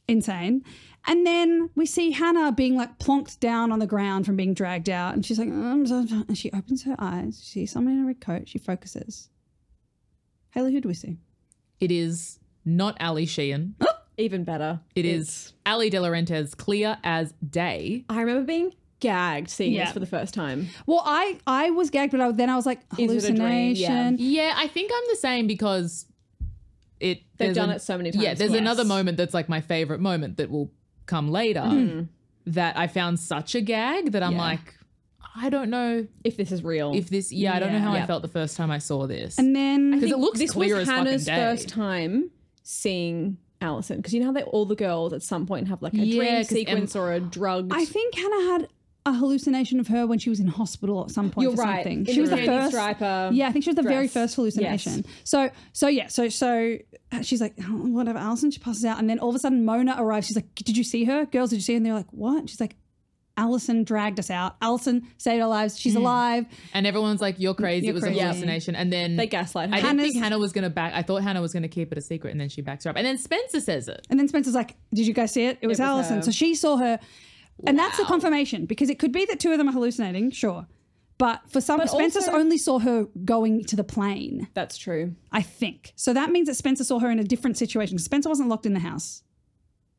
S1: Insane. And then we see Hannah being like plonked down on the ground from being dragged out, and she's like, "Um, "I'm so tired." And she opens her eyes. She sees someone in a red coat. She focuses. Haley, who do we see?
S2: It is not Ali Sheehan.
S4: Even better.
S2: It is Ali De Laurentiis, clear as day.
S4: I remember being gagged seeing
S1: Yeah.
S4: this for the first time.
S1: Well, I I was gagged, but I, then I was like
S4: Is it a
S1: hallucination.
S4: dream? Yeah.
S2: Yeah, I think I'm the same because it
S4: They've
S2: there's
S4: done
S2: an-
S4: it so many times.
S2: Yeah, there's
S4: Yes.
S2: another moment that's like my favorite moment that will come later that I found such a gag that I'm
S4: Hmm. Yeah.
S2: like, I don't know
S4: if this is real.
S2: if this. Yeah, I don't know how
S4: Yeah.
S2: I felt the first time I saw this.
S1: And then
S2: Because it looks
S4: this
S2: clear
S4: was
S2: as fucking
S4: Hannah's
S2: day.
S4: first time seeing Allison because you know how they all the girls at some point have like a
S2: Yeah,
S4: dream
S2: 'cause Em-
S4: sequence or a drug.
S1: I think Hannah had a hallucination of her when she was in hospital at some point.
S4: You're
S1: for
S4: right.
S1: Something.
S4: in
S1: She was the
S4: Candy
S1: first.
S4: Striper.
S1: Yeah, I think she was the very
S4: dress.
S1: first hallucination. So, so yeah, so so she's like, "Oh, whatever, Allison. She passes out, and then all of a sudden, Mona arrives. She's like, "Did you see her, girls? Did you see?" her? And they're like, "What?" She's like, "Allison dragged us out. Allison saved our lives.
S4: Mm.
S1: She's alive."
S2: And everyone's like, "You're crazy.
S1: You're
S2: it was
S1: crazy.
S2: a hallucination." And then
S4: They gaslight
S2: I
S4: her.
S2: didn't
S1: Hannah's-
S2: think Hannah was gonna back. I thought Hannah was gonna keep it a secret, and then she backs her up. And then Spencer says it.
S1: And then Spencer's like, "Did you guys see it? It was,
S4: was
S1: Allison."
S4: her.
S1: So she saw her, and that's a confirmation because it could be that two of them are hallucinating, sure, but for some,
S4: But
S1: Spencer
S4: also-
S1: only saw her going to the plane,
S4: That's true.
S1: I think. So that means that Spencer saw her in a different situation. Spencer wasn't locked in the house,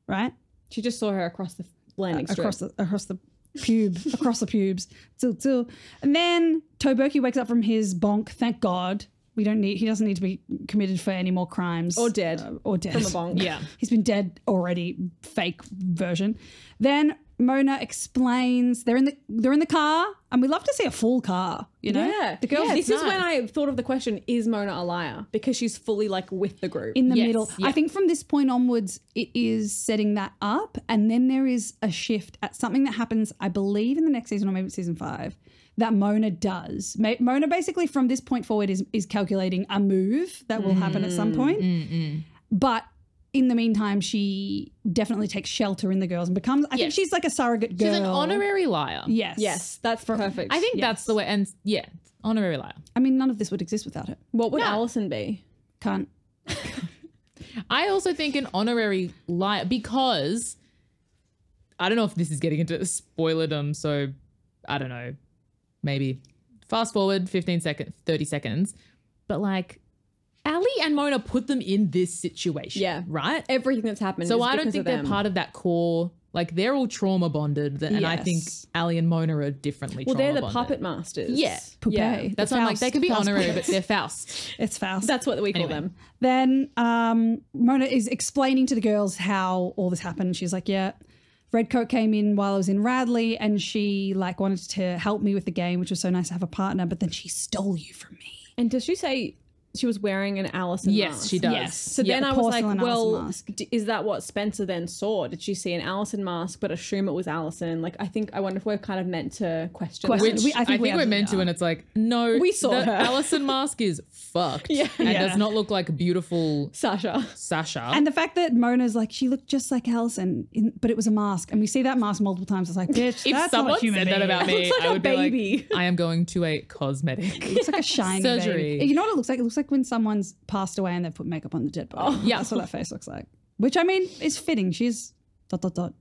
S1: right?
S4: She just saw her across the landing
S2: Uh,
S4: strip.
S1: Across the across the pube, across the pubes, till till, and then Toberky wakes up from his bonk. Thank God. We don't need. He doesn't need to be committed for any more crimes
S4: Or dead.
S1: Uh, or dead
S4: from a bong.
S2: Yeah.
S1: He's been dead already, fake version. Then Mona explains they're in the they're in the car, and we love to see a full car. You know,
S4: Yeah.
S1: the girls
S4: Yeah,
S1: this
S4: this
S1: is
S4: is when I thought of the question: Is Mona a liar? Because she's fully like with the group.
S1: in the
S2: Yes,
S1: middle.
S2: yeah.
S1: I think from this point onwards, it is setting that up, and then there is a shift at something that happens, I believe, in the next season or maybe it's season five. That Mona does. Ma- Mona basically from this point forward is is calculating a move that will happen at
S2: Mm,
S1: some point. But in the meantime, she definitely takes shelter in the girls and becomes. I think
S2: Yes.
S1: she's like a surrogate girl.
S2: She's an honorary liar.
S1: Yes.
S4: yes, that's perfect.
S2: I think that's the way. And yeah, honorary liar.
S1: I mean, none of this would exist without it.
S4: What would Allison be?
S1: Can't.
S2: I also think an honorary liar because I don't know if this is getting into spoilerdom, so I don't know. Maybe fast forward 15 seconds, 30 seconds. But like Ali and Mona put them in this situation.
S4: Yeah.
S2: Right?
S4: Everything that's happened.
S2: So
S4: is
S2: I don't
S4: because
S2: think
S4: of
S2: they're
S4: them.
S2: part of that core. Like they're all trauma bonded, and I think
S1: Yes.
S2: Ali and Mona are differently.
S4: Well, they're the
S2: trauma-bonded.
S4: puppet masters.
S2: Yeah.
S1: Poupée.
S4: Yeah.
S2: That's why I'm like they
S1: Faust.
S2: could be
S1: Faust
S2: honorary, but
S1: puppets.
S2: they're Faust.
S1: It's Faust.
S4: That's what we call them.
S1: Then um, Mona is explaining to the girls how all this happened. She's like, "Yeah, Redcoat came in while I was in Radley, and she like wanted to help me with the game, which was so nice to have a partner. But then she stole you from me.
S4: And does she say she was wearing an Allison
S2: Yes,
S4: mask?
S2: she does.
S1: Yes.
S4: So
S2: Yeah.
S4: then I was like,
S1: porcelain Allison
S4: well,
S1: mask.
S4: d- is that what Spencer then saw? Did she see an Allison mask but assume it was Allison? Like, I think, I wonder if we're kind of meant to question.
S1: Question.
S4: that.
S2: Which
S1: We-
S2: I think, we are
S1: actually
S2: meant to,
S1: are.
S2: and it's like, no,
S4: We saw
S2: the
S4: her.
S2: Allison mask is fucked.
S4: Yeah.
S2: And
S1: Yeah.
S2: does not look like beautiful
S4: Sasha.
S2: Sasha.
S1: And the fact that Mona's like, she looked just like Allison, in, but it was a mask, and we see that mask multiple times. It's like, bitch,
S2: if
S1: that's
S2: someone
S1: not a human
S2: said
S1: being.
S2: that about me,
S4: like
S2: I
S4: a
S2: would be
S4: baby.
S2: like, I am going to a cosmetic.
S1: It's like a shiny
S2: Surgery.
S1: baby. You know what it looks like? It looks like when someone's passed away and they've put makeup on the dead body.
S4: Oh.
S1: yeah, that's what that face looks like. Which I mean is fitting. She's dot dot dot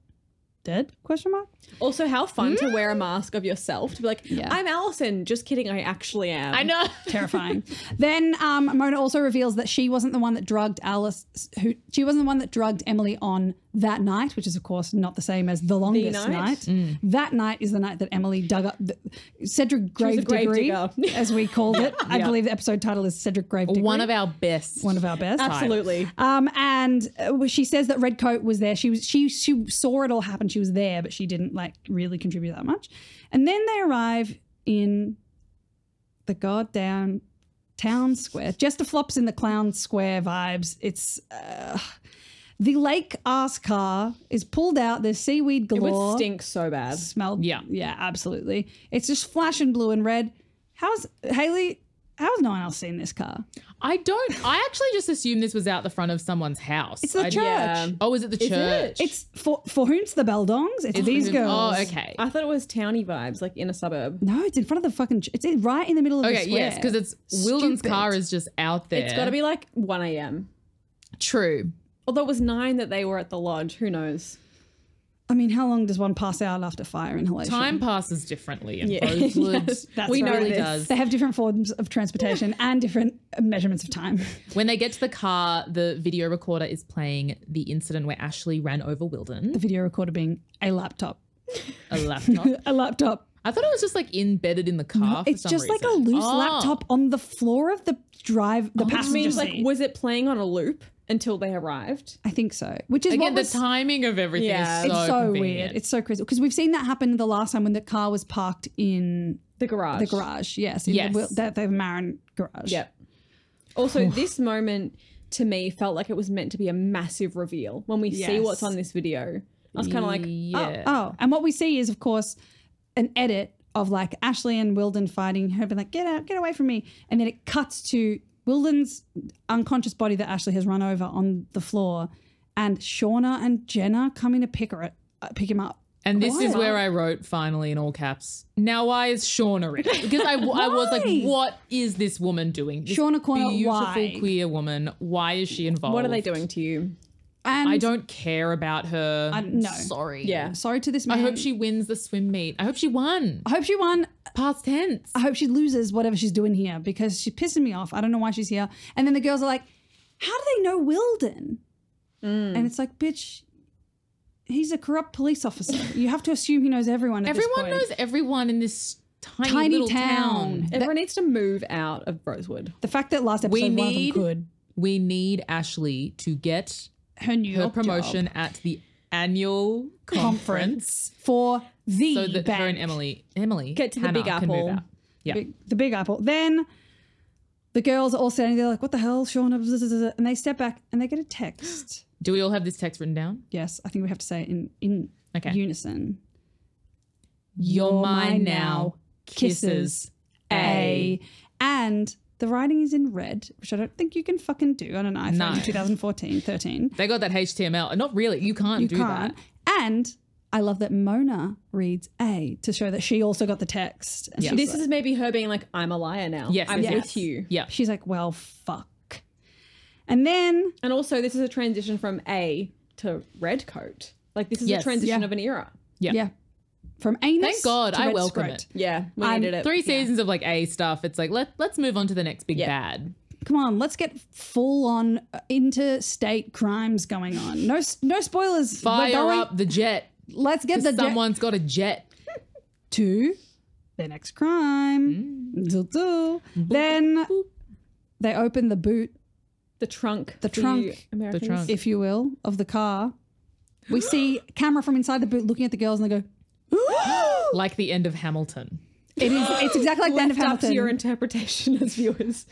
S1: dead? Question mark.
S4: Also, how fun to wear a
S2: Mm.
S4: mask of yourself to be like,
S1: Yeah.
S4: I'm Allison. Just kidding. I actually am.
S2: I know.
S1: terrifying. then um, Mona also reveals that she wasn't the one that drugged Alice. Who she wasn't the one that drugged Emily on that night, which is of course not the same as the longest
S4: night?
S1: night.
S2: Mm.
S1: That night is the night that Emily dug up the, Cedric Grave,
S4: grave
S1: Degree,
S4: digger.
S1: as we called it. I believe the episode title is Cedric Grave Degree.
S2: One of our best.
S1: one of our best.
S4: Absolutely.
S1: Um, and uh, she says that Redcoat was there. She was she she saw it all happen. She was there, but she didn't like really contribute that much. And then they arrive in the goddamn town square. Jester flops in the clown square vibes. It's uh, the lake ass car is pulled out. There's seaweed
S4: It
S1: galore.
S4: would stink so bad.
S1: Smelled.
S2: Yeah.
S1: yeah, absolutely. It's just flashing blue and red. How's Haley? How's no one else seen this car?
S2: I don't. I actually just assumed this was out the front of someone's house.
S1: It's the
S2: I-
S1: church.
S4: Yeah.
S2: Oh, is it the
S4: Is
S2: church?
S4: it?
S1: It's for for whom's the bell dongs? It's, these girls.
S2: Oh, okay.
S4: I thought it was towny vibes, like in a suburb.
S1: No, it's in front of the fucking. ch- It's in- right in the middle of the
S2: Okay,
S1: square.
S2: yes, because it's Wilden's
S1: Stupid.
S2: car is just out there.
S4: It's got to be like 1 a.m.
S2: true.
S4: Although it was nine that they were at the lodge. Who knows?
S1: I mean, how long does one pass out after fire inhalation?
S2: Time passes differently in
S4: Yeah.
S2: Rosewood.
S1: That's
S2: we
S1: right.
S2: know
S4: Really
S2: it does.
S1: They have different forms of transportation and different uh, measurements of time.
S2: When they get to the car, the video recorder is playing the incident where Ashley ran over
S1: The
S2: Wilden,
S1: video recorder being a laptop.
S2: a laptop.
S1: A laptop.
S2: I thought it was just like embedded in the car. for
S1: It's
S2: some
S1: just like a
S2: reason.
S1: loose
S2: Oh.
S1: laptop on the floor of the drive, the
S4: Which
S1: passenger
S4: means,
S1: seat.
S4: like, was it playing on a loop? until they arrived.
S1: I think so. Which is
S2: Again,
S1: what
S2: the
S1: was-
S2: timing of everything
S4: Yeah.
S2: is
S4: It's
S2: so,
S1: It's so
S2: convenient.
S1: weird. It's so crazy because we've seen that happen the last time when the car was parked in
S4: The garage.
S1: the garage. Yes, in
S2: Yes.
S1: the, Wil- the, the Marin garage.
S4: Yep. Also, this moment to me felt like it was meant to be a massive reveal when we see
S1: Yes.
S4: what's on this video. I was kind of like,
S2: yeah.
S1: Oh, and what we see is, of course, an edit of like Ashley and Wilden fighting her, being like, get out, get away from me. And then it cuts to Wilden's unconscious body that Ashley has run over on the floor, and Shauna and Jenna coming to pick her, uh, pick him up.
S2: And this is
S1: Why?
S2: where I wrote finally in all caps. Now why is Shauna in it? Because I, I was like,
S1: Why?
S2: what is this woman doing? This
S1: Shauna Corner,
S2: beautiful
S1: why?
S2: queer woman. Why is she involved?
S4: what are they doing to you?
S1: And
S2: I don't care about her.
S1: I- no.
S2: sorry.
S4: Yeah.
S1: Sorry to this
S2: I
S1: man.
S2: hope she wins the swim meet. I hope she won.
S1: I hope she won.
S2: Past tense.
S1: I hope she loses whatever she's doing here because she's pissing me off. I don't know why she's here. And then the girls are like, how do they know Wilden?
S2: Mm.
S1: And it's like, bitch, he's a corrupt police officer. You have to assume he knows everyone. At this
S2: Everyone
S1: point.
S2: knows everyone in this tiny,
S1: Tiny
S2: little
S1: town.
S2: town.
S4: Everyone needs to move out of Rosewood.
S1: The fact that last episode
S2: We
S1: one of them
S2: need-
S1: could
S2: We need Ashley to get
S1: her new
S2: her
S1: York
S2: promotion
S1: job
S2: at the annual conference.
S1: conference for the
S2: so that
S1: bank.
S2: her and Emily, Emily,
S4: Get to the
S2: Hannah
S4: Big
S2: can move
S4: Apple.
S2: out. Yeah.
S1: big, the big apple. Then the girls are all standing there like, what the hell, Sean? And they step back and they get a text.
S2: Do we all have this text written down?
S1: Yes, I think we have to say it in in
S2: Okay.
S1: unison.
S2: You're, mine, now. Kisses.
S1: Kisses. A. And the writing is in red, which I don't think you can fucking do on an iPhone
S2: No.
S1: in 2014, 13.
S2: They got that HTML. Not really. You can't
S1: You
S2: do
S1: can't.
S2: that.
S1: And I love that Mona reads A to show that she also got the text. And
S2: Yeah.
S1: she's
S4: This is maybe her being like, I'm a liar now.
S2: Yes,
S4: I'm
S2: yes,
S4: with
S2: yes.
S4: you.
S2: Yeah.
S1: She's like, well, fuck. And then
S4: And also, this is a transition from A to red coat. Like, this is
S2: Yes.
S4: a transition
S1: Yeah.
S4: of an era.
S2: Yeah.
S1: Yeah. From anus.
S2: Thank God.
S1: to
S2: I
S1: red
S2: welcome it.
S4: Yeah, we
S1: Um,
S4: needed it.
S2: Three seasons of like A stuff. It's like let let's move on to the next big
S4: Yeah.
S2: bad.
S1: Come on, let's get full on uh, interstate crimes going on. No, s- no spoilers. We're
S2: Fire
S1: going-
S2: up the jet.
S1: Let's get the jet
S2: Someone's got a jet.
S1: to the next crime. Doo doo. Then they open the boot,
S4: The trunk.
S1: The
S4: for you
S1: trunk.
S4: Americans.
S2: trunk.
S1: if you will, of the car. We see camera from inside the boot looking at the girls, and they go,
S2: Like the end of Hamilton.
S1: "It is. It's exactly like the end of
S4: Left up to
S1: Hamilton.
S4: your interpretation as viewers.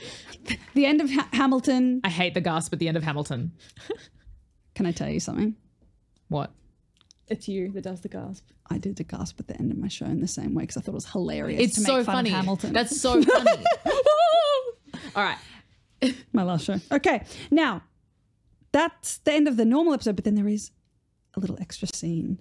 S1: the end of ha- Hamilton.
S2: I hate the gasp at the end of Hamilton.
S1: Can I tell you something?
S2: What?
S4: It's you that does the gasp.
S1: I did the gasp at the end of my show in the same way because I thought it was hilarious.
S2: It's
S1: to
S2: so
S1: make fun
S2: funny.
S1: Of Hamilton.
S2: That's so funny.
S4: All right.
S1: my last show. Okay, now that's the end of the normal episode, but then there is a little extra scene,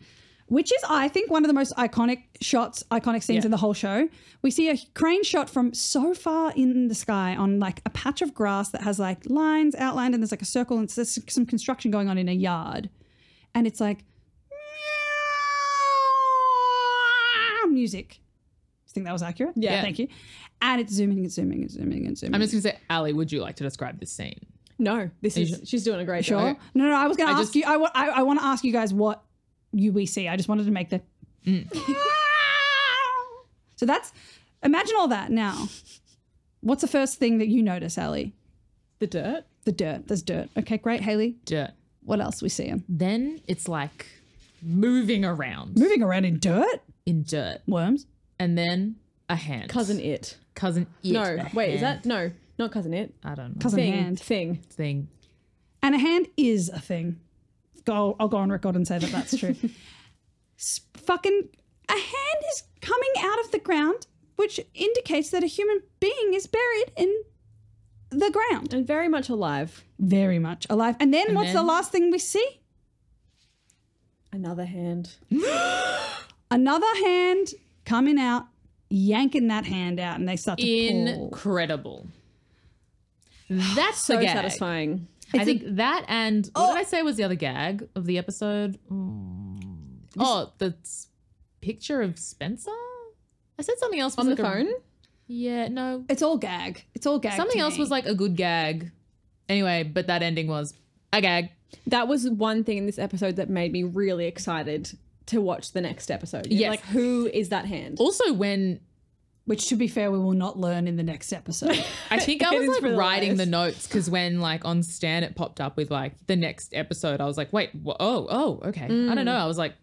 S1: which is, I think, one of the most iconic shots, iconic scenes
S2: Yeah.
S1: in the whole show. We see a crane shot from so far in the sky on like a patch of grass that has like lines outlined, and there's like a circle, and there's some construction going on in a yard, and it's like meow music. I think that was accurate.
S4: Yeah.
S1: thank you. And it's zooming and zooming and zooming and zooming.
S2: I'm just gonna say, Ali, would you like to describe this scene?
S4: No, this is she's doing a great
S1: Sure.
S4: job.
S1: No, no. I was going to ask
S2: just-
S1: you. I, wa- I, I want to ask you guys what you we see. I just wanted to make that. so that's. Imagine all that now. What's the first thing that you notice, Ali?
S4: The dirt.
S1: The dirt. There's dirt. Okay, great, Haley.
S2: Dirt.
S1: What else we see?
S2: Then it's like moving around
S1: Moving around in dirt.
S2: in dirt,
S1: Worms.
S2: and then a hand.
S4: Cousin it.
S2: cousin. It,
S4: No,
S2: a
S4: wait, is
S2: hand.
S4: that no, not cousin it.
S2: I don't know.
S1: Cousin
S4: Thing.
S1: hand.
S4: Thing.
S2: thing.
S1: And a hand is a thing. Go, I'll go on record and say that that's true. S- fucking, a hand is coming out of the ground, which indicates that a human being is buried in the ground.
S4: And very much alive.
S1: Very much alive. And then what's the
S2: then-
S1: last thing we see?
S4: Another hand.
S1: Another hand coming out, yanking that hand out, and they start to pull.
S2: Incredible. That's
S4: So
S2: the gag.
S4: satisfying. Oh.
S2: I think that and what did I say was the other gag of the episode? Mm. Oh, the s- picture of Spencer. I said something else was
S4: On the
S2: like a-
S4: phone?
S2: yeah, no,
S1: It's all gag. It's all gag.
S2: something else was like a good gag. Anyway, but that ending was a gag.
S4: That was one thing in this episode that made me really excited to watch the next episode.
S2: Yes.
S4: Like who is that hand?
S2: Also, when
S1: which to be fair, we will not learn in the next episode.
S2: I think I
S1: It
S2: was
S1: is for
S2: like
S1: the
S2: writing the
S1: lowest.
S2: notes because when like on Stan it popped up with like the next episode, I was like, wait, wha- oh, oh, okay. I don't know. I was like,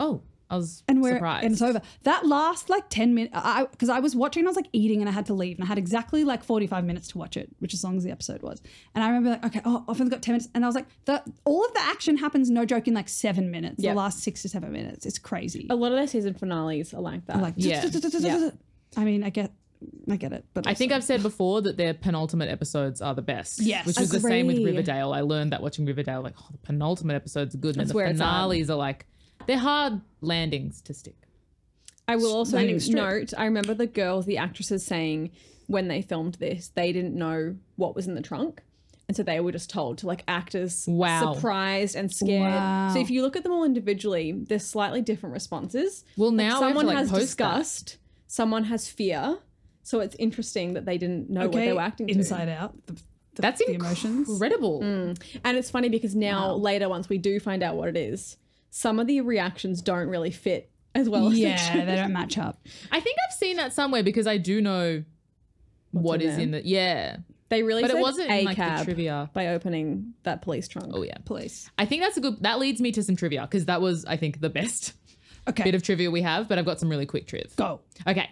S2: oh, I
S1: Mm.
S2: was
S1: and we're
S2: surprised.
S1: and it's over. That last like ten minutes, I because I was watching, I was like eating, and I had to leave, and I had exactly like forty five minutes to watch it, which as long as the episode was. And I remember like, okay, oh, I've only got ten minutes, and I was like, the all of the action happens, no joke, in like seven minutes.
S4: Yep.
S1: The last six to seven minutes, it's crazy.
S4: A lot of their season finales are like that.
S1: I'm like,
S2: Yeah.
S4: Yeah.
S1: I mean, I get, I get it, but
S2: I think
S1: also-
S2: I've said before that their penultimate episodes are the best.
S1: Yes.
S2: Which is the same with
S4: Agree.
S2: Riverdale. I learned that watching Riverdale, like, oh, the penultimate episodes are good. And
S4: That's
S2: the
S4: where it's at.
S2: finales are like, they're hard landings to stick.
S4: I will also
S1: landing strip.
S4: note, I remember the girls, the actresses saying when they filmed this, they didn't know what was in the trunk. And so they were just told to like act as
S2: Wow.
S4: surprised and scared.
S1: Wow.
S4: So if you look at them all individually, they're slightly different responses.
S2: Well, now we have to,
S4: someone
S2: like,
S4: has
S2: post that.
S4: disgust, someone has fear. So it's interesting that they didn't know what
S1: okay,
S4: they were acting to.
S1: Inside Out. The, the,
S2: That's
S1: the emotions.
S2: incredible.
S4: Mm. And it's funny because now later, once we do find out what it is, some of the reactions don't really fit as well as they
S1: Yeah,
S4: should.
S1: they don't match up.
S2: I think I've seen that somewhere because I do know What's
S4: in there?
S2: in the. Yeah.
S4: They really
S2: But it
S4: said
S2: wasn't in, like the
S4: ACAB
S2: trivia.
S4: by opening that police trunk.
S2: Oh, yeah.
S1: Please.
S2: I think that's a good. That leads me to some trivia because that was, I think, the best
S1: Okay.
S2: bit of trivia we have, but I've got some really quick triv.
S1: go.
S2: Okay.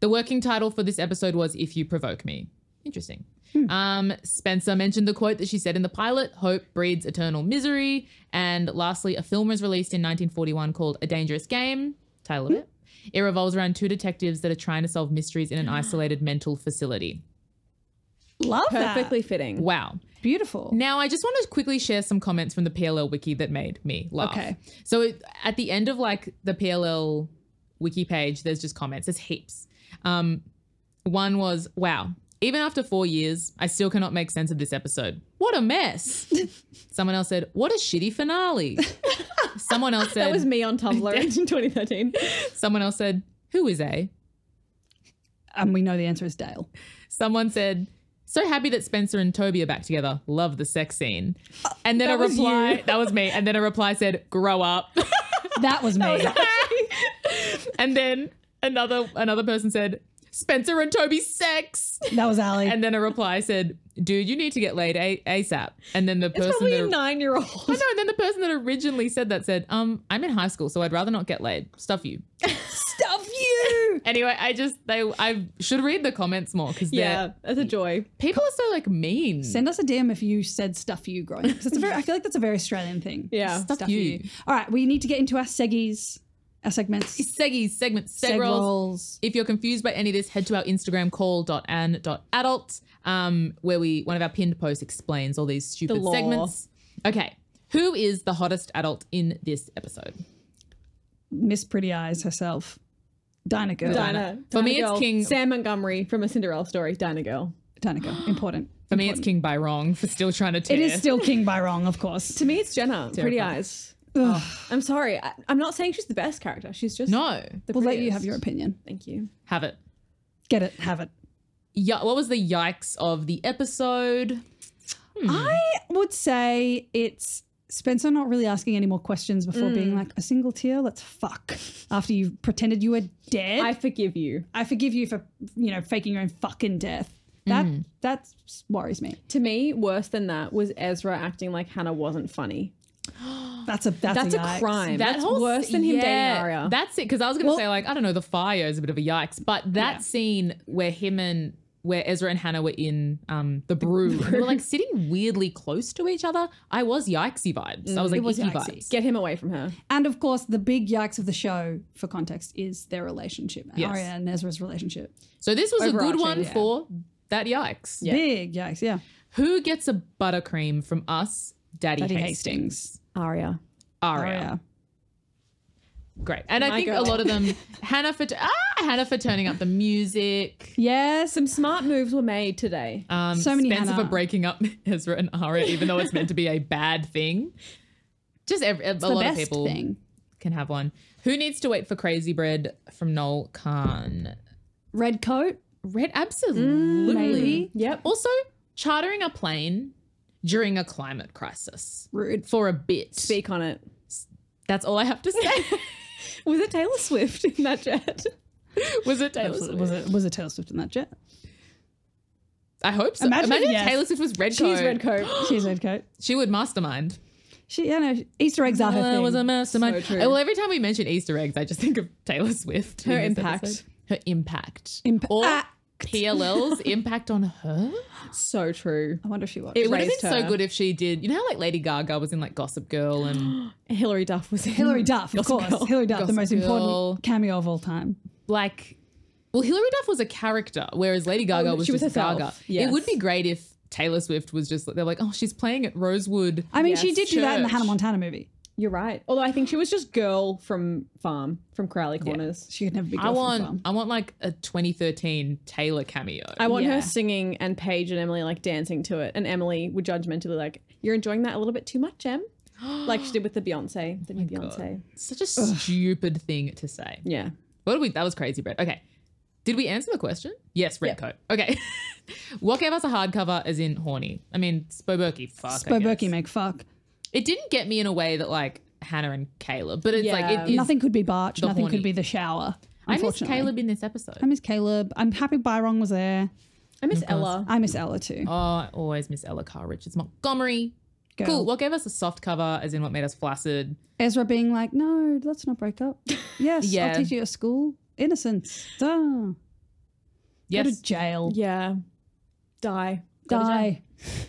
S2: The working title for this episode was If You Provoke Me. Interesting. Um, Spencer mentioned the quote that she said in the pilot Hope breeds eternal misery. And lastly, a film was released in 1941 called A Dangerous Game, title of it. It revolves around two detectives that are trying to solve mysteries in an isolated mental facility.
S1: Love
S4: Perfectly fitting.
S2: Wow.
S1: that. Beautiful.
S2: Now, I just want to quickly share some comments from the PLL wiki that made me laugh.
S1: Okay.
S2: So it, at the end of like the PLL wiki page, there's just comments. There's heaps. Um, one was, "Wow, even after four years, I still cannot make sense of this episode. What a mess." Someone else said, "What a shitty finale." Someone else said,
S4: That was me on Tumblr in 2013.
S2: "Someone else said, who is A?"
S1: and we know the answer is Dale.
S2: Someone said, "So happy that Spencer and Toby are back together. Love the sex scene." And then a
S4: Uh, was you.
S2: reply, that was me. And then a reply said, "Grow up."
S1: That was me.
S2: and then another another person said, "Spencer and Toby sex."
S1: That was Ali.
S2: And then a reply said, "Dude, you need to get laid a- ASAP." And then the
S4: It's
S2: person
S4: probably
S2: that
S4: a nine year
S2: I
S4: old.
S2: know, and then the person that originally said that said, "Um, I'm in high school, so I'd rather not get laid. Stuff you."
S1: Stuff you.
S2: Anyway, I just they I should read the comments more because yeah,
S4: Yeah, that's a joy.
S2: people are so like mean.
S1: Send us a DM if you said stuff you growing up. 'Cause It's a very, I feel like that's a very Australian thing.
S4: Yeah.
S1: Stuff,
S2: Stuff
S1: you.
S2: you.
S1: All right, we need to get into our seggies, our segments,
S2: Seggies, segments,
S1: seg
S2: segrolls.
S1: rolls.
S2: If you're confused by any of this, head to our Instagram call.an.adult, um, where we one of our pinned posts explains all these
S4: The
S2: stupid
S4: law.
S2: segments. Okay. Who is the hottest adult in this episode?
S1: Miss Pretty Eyes herself, Dinah Girl.
S4: Dinah.
S2: For
S4: Dinah
S2: me, it's
S4: Girl.
S2: King-
S4: Sam Montgomery from a Cinderella story, Dinah Girl.
S1: Dinah Girl. Important.
S2: For me, it's King by Wrong for still trying to tear.
S1: It is still King by Wrong, of course.
S4: To me, it's Jenna, Pretty
S2: Terrifying.
S4: Eyes. I'm sorry. I, I'm not saying she's the best character. She's just
S2: No.
S4: the
S1: We'll let you
S4: prettiest.
S1: have your opinion.
S4: Thank you.
S2: Have it.
S1: Get it, have it.
S2: Yeah, what was the yikes of the episode?
S1: I would say it's Spencer not really asking any more questions before being like, a single tear, let's fuck. After you pretended you were dead.
S4: I forgive you.
S1: I forgive you for you know faking your own fucking death. That
S4: Mm.
S1: that worries me.
S4: To me, worse than that was Ezra acting like Hannah wasn't funny.
S1: That's a that's,
S4: That's
S1: a,
S4: a
S1: yikes.
S4: crime. That's worse than him dating Arya.
S2: That's it. Because I was going to say, like, I don't know, the fire is a bit of a yikes, but that scene where him and where Ezra and Hannah were in um, the brew, and they were like sitting weirdly close to each other. I was yikesy vibes. I was
S4: Mm,
S2: like,
S1: was
S2: icky
S1: yikesy.
S2: vibes.
S4: Get him away from her.
S1: And of course, the big yikes of the show, for context, is their relationship,
S2: Yes.
S1: Arya and Ezra's relationship.
S2: So this was a good
S4: Overarching,
S2: one
S4: yeah.
S2: for that yikes.
S1: Big yikes, yeah.
S2: Who gets a buttercream from us, Daddy,
S1: Daddy
S2: Hastings?
S1: Hastings,
S4: Aria.
S2: Aria.
S1: Arya.
S2: Great. And I
S4: My
S2: think
S4: girl.
S2: a lot of them, Hannah for, ah, Hannah for turning up the music.
S1: Yes,
S4: Some smart moves were made today.
S2: Um,
S1: So many
S2: Spencer
S1: Hannah.
S2: for breaking up Ezra and Ara, even though it's meant to be a bad thing. Just every, a
S1: the
S2: lot of
S1: best
S2: people
S1: thing.
S2: can have one. Who needs to wait for crazy bread from Noel Khan?
S1: Red coat,
S2: Red,
S1: Mm,
S2: absolutely.
S1: maybe.
S4: Yep.
S2: Also, chartering a plane during a climate crisis
S1: rude.
S2: for a bit.
S4: Speak on it.
S2: That's all I have to say.
S4: Was it Taylor Swift in that jet?
S2: Was it Taylor
S1: was,
S2: Swift?
S1: was it was it Taylor Swift in that jet?
S2: I hope so.
S1: Imagine
S2: Imagine, if
S1: yes.
S2: Taylor Swift was red
S4: She's red coat.
S1: She's red coat.
S2: She would mastermind.
S1: She, yeah, no, Easter eggs are her
S2: Taylor
S1: thing.
S2: was a mastermind.
S4: So true.
S2: well, every time we mention Easter eggs, I just think of Taylor Swift.
S4: Her
S2: in this
S4: impact.
S2: episode. Her impact.
S1: Imp-
S2: or
S1: Ah.
S2: PLL's impact on her.
S4: So true.
S1: I wonder if she watched.
S4: It
S2: It would have
S4: raised
S2: been
S4: her.
S2: so good if she did. You know how like Lady Gaga was in like Gossip Girl and
S4: Hillary Duff was in.
S1: Hillary Duff, of
S4: Gossip
S1: course.
S4: Girl.
S1: Hillary Duff, the
S2: Mm. Gossip
S1: most
S2: Girl.
S1: important cameo of all time.
S2: like well Hillary Duff was a character whereas Lady Gaga
S4: Oh,
S2: was
S4: she was
S2: just
S4: herself.
S2: Gaga.
S4: Yes.
S2: It would be great if Taylor Swift was just they're like oh she's playing at Rosewood.
S1: I mean,
S4: Yes,
S1: she did do that in the
S2: church.
S1: Hannah Montana movie.
S4: You're right. Although I think she was just girl from farm from Crowley Corners.
S1: She could never be.
S2: I
S1: Girl from
S2: want
S1: Farm.
S2: I want like a 2013 Taylor cameo.
S4: I want
S1: Yeah.
S4: her singing and Paige and Emily like dancing to it, and Emily would judgmentally like, "You're enjoying that a little bit too much, Em," like she did with the Beyonce, the new
S2: God.
S4: Beyonce.
S2: Such a stupid thing to say.
S4: Yeah,
S2: What did we? That was crazy, Brett. Okay. Did we answer the question? Yes, red coat. Okay. what gave us a hardcover as in horny? I mean, Spoberky. Fuck. I
S1: Spoberky
S2: guess.
S1: make fuck.
S2: It didn't get me in a way that like Hannah and Caleb, but it's
S4: Yeah.
S2: like it is.
S1: Nothing could be Barch.
S2: the
S1: Nothing could
S2: horny-
S1: be the shower.
S2: I miss
S1: unfortunately.
S2: Caleb in this episode.
S1: I miss Caleb. I'm happy Byron was there.
S4: I miss Ella.
S1: I miss Ella too.
S2: oh, I always miss Ella Carr Richards Montgomery.
S1: Girl.
S2: Cool. What gave us a soft cover as in what made us flaccid?
S1: Ezra being like, no, let's not break up. Yes,
S2: Yeah.
S1: I'll teach you at school. Innocence. Duh. Go
S2: Yes.
S1: to jail.
S4: Yeah, die.
S1: Die.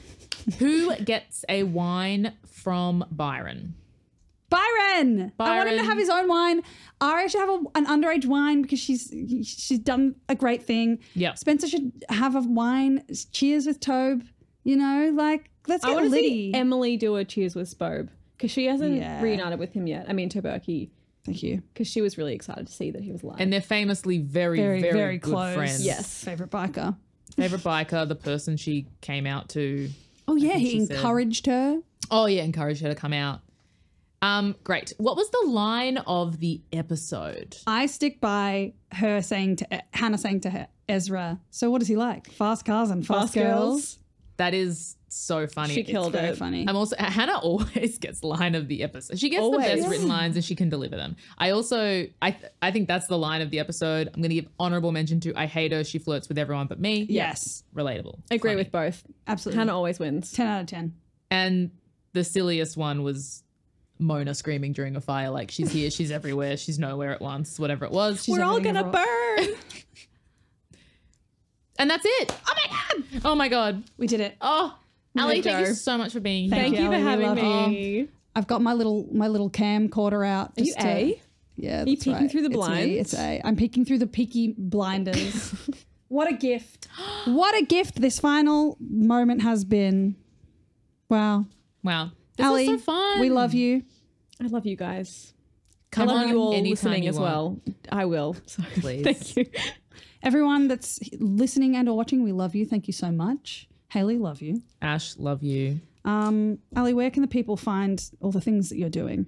S2: Who gets a wine from Byron?
S1: Byron. I want him to
S2: Byron.
S1: have his own wine. Aria should have a, an underage wine because she's she's done a great thing.
S2: Yep.
S1: Spencer should have a wine. Cheers with Tobe. You know, like let's
S4: I
S1: get
S4: want to
S1: Liddy.
S4: see Emily do a cheers with Spob because she hasn't
S1: Yeah.
S4: reunited with him yet. I mean, Toberky
S1: Thank you.
S4: because she was really excited to see that he was alive.
S2: And they're famously very,
S1: Very
S2: very,
S1: very,
S2: good
S1: close.
S2: friends.
S4: Yes.
S1: favorite biker.
S2: Favorite biker, the person she came out to.
S1: Oh yeah, he
S2: she said-
S1: encouraged her.
S2: Oh yeah, encouraged her to come out. Um, great. What was the line of the episode?
S1: I stick by her saying to Hannah saying to her Ezra. So what is he like? Fast cars and fast,
S4: Fast
S1: girls.
S4: girls.
S2: That is so funny.
S4: She
S2: It's
S4: killed
S1: Very
S4: it.
S1: funny.
S2: I'm also Hannah always gets line of the episode. She gets
S4: Always.
S2: the best
S4: Yeah.
S2: written lines and she can deliver them. I also I th- I think that's the line of the episode. I'm going to give honorable mention to I hate her. She flirts with everyone but me.
S1: yes,
S2: Relatable.
S4: Agree
S2: Funny.
S4: with both.
S1: absolutely.
S4: Hannah always wins.
S1: ten out of ten.
S2: And the silliest one was Mona screaming during a fire like she's here, she's everywhere, she's nowhere at once, whatever it was.
S1: She's
S4: We're all
S1: everything
S4: gonna
S1: overall.
S4: burn.
S2: and that's it. Oh my god. Oh my god.
S1: We did it.
S2: Oh, Ali,
S4: go.
S2: thank you so much for being here.
S1: Thank
S4: Thank
S1: you,
S4: you for
S1: Ellie, we
S4: having
S1: love you.
S4: me.
S1: I've got my little my little camcorder out.
S4: Are you
S1: just to-
S4: a?
S1: Yeah, that's
S4: you peeking
S1: right.
S4: through the
S1: It's me, It's,
S4: blinds?
S1: a. I'm peeking through the peaky blinders. what a gift! What a gift this final moment has been. Wow,
S2: Wow. This
S1: Ali,
S2: was so fun.
S1: we love you.
S4: I love you guys.
S2: Come
S4: I love
S2: on
S4: you all
S2: anytime
S4: listening
S2: you
S4: as
S2: want.
S4: well. I will. So
S2: Please.
S4: Thank you.
S1: Everyone that's listening and or watching, we love you. Thank you so much, Haley. Love you.
S2: Ash, love you.
S1: Um, Ali, where can the people find all the things that you're doing?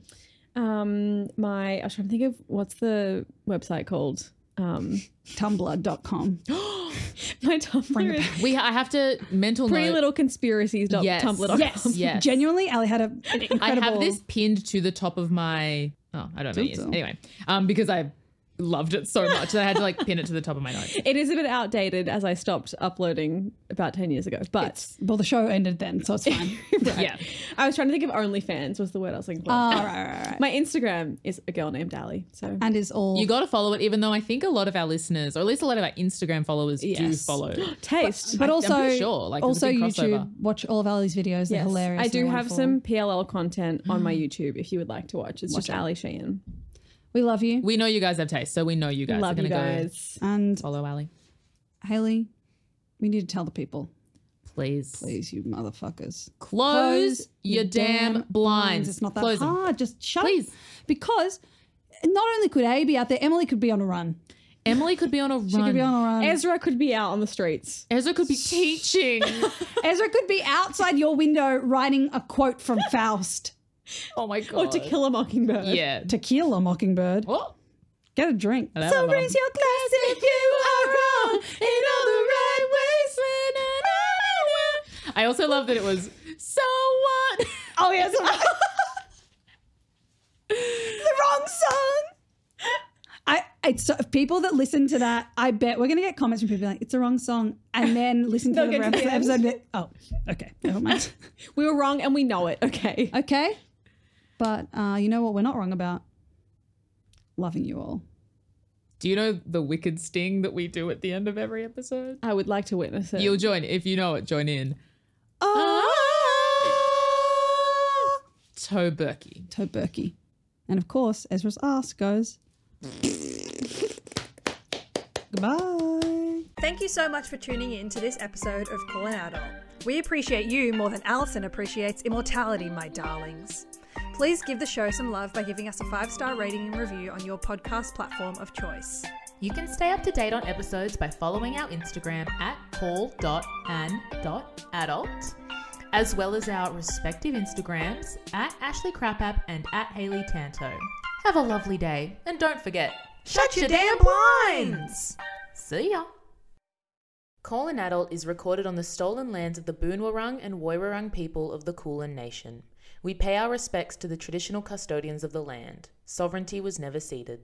S4: Um, my I was trying to think of what's the website called. Um,
S1: Tumblr.com.
S4: my Tumblr is
S2: We I have to mental
S4: pretty
S2: note.
S4: little conspiracies.
S2: Yes. Yes. Yes.
S1: Genuinely, Ali had a, an incredible.
S2: I have this pinned to the top of my oh, I don't know.
S1: Doodle.
S2: Anyway, um because I loved it so much that I had to like pin it to the top of my notes.
S4: It is a bit outdated as I stopped uploading about ten years ago, but
S1: Well, the show ended then, so it's fine.
S2: Yeah.
S4: I was trying to think of OnlyFans was the word I was thinking. for.
S2: Ah,
S1: all right, all right, all right.
S4: my Instagram is a girl named Ali. So
S1: And is all
S2: You got to follow it, even though I think a lot of our listeners, or at least a lot of our Instagram followers, do
S4: Yes.
S2: follow.
S4: taste.
S1: but
S2: I'm
S1: also
S2: pretty sure, like, there's a
S1: also
S2: big crossover.
S1: YouTube. Watch all of Ali's videos; they're
S4: Yes,
S1: hilarious.
S4: I
S1: and
S4: do
S1: they're
S4: have
S1: wonderful.
S4: some PLL content on
S2: Mm.
S4: my YouTube if you would like to watch. It's just
S1: it.
S4: Ali Sheehan.
S1: We love you,
S2: We know you guys have taste, so we know you guys
S4: Love
S2: are
S4: you
S2: going to go
S4: guys.
S1: and
S2: follow Ali.
S1: Haley, we need to tell the people,
S2: Please.
S1: please, you motherfuckers,
S2: Close, your, damn blinds.
S1: It's not that
S2: Close 'em.
S1: hard. Just shut up.
S2: Please.
S1: because not only could A be out there, Emily could be on a run.
S2: Emily could be on a run.
S1: She could be on a run.
S4: Ezra could be out on the streets.
S2: Ezra could be teaching.
S1: Ezra could be outside your window writing a quote from Faust.
S2: oh my god.
S4: Or to kill a mockingbird.
S2: Yeah.
S1: To kill a mockingbird.
S2: Oh.
S1: Get a drink.
S2: Hello,
S1: so
S2: Mum.
S1: raise your glass if you are wrong in all the right ways. when I-
S2: I also love that it was so what?
S1: Oh yes, the wrong song. I it's so, people that listen to that, I bet we're going to get comments from people like, it's the wrong song. And then listen to
S4: They'll
S1: the
S4: get to
S1: rest
S4: the
S1: of the episode.
S4: end.
S1: and be like, Oh, okay. Never mind.
S4: We were wrong and we know it. Okay.
S1: okay. But uh, you know what we're not wrong about? Loving you all.
S2: Do you know the wicked sting that we do at the end of every episode?
S4: I would like to witness it.
S2: You'll join if you know it. Join in.
S1: Ah.
S2: Ah. Toe Berkey.
S1: Toe Berkey. And of course, Ezra's ass goes. Goodbye.
S5: Thank you so much for tuning in to this episode of Call an Adult. We appreciate you more than Allison appreciates immortality, my darlings. Please give the show some love by giving us a five star rating and review on your podcast platform of choice.
S3: You can stay up to date on episodes by following our Instagram at call.an.adult, as well as our respective Instagrams at Ashley Crapapp and at Haley Tanto. Have a lovely day, and don't forget, shut, your damn blinds! See ya! Call an Adult is recorded on the stolen lands of the Boonwurrung and Woiwurrung people of the Kulin Nation. We pay our respects to the traditional custodians of the land. Sovereignty was never ceded.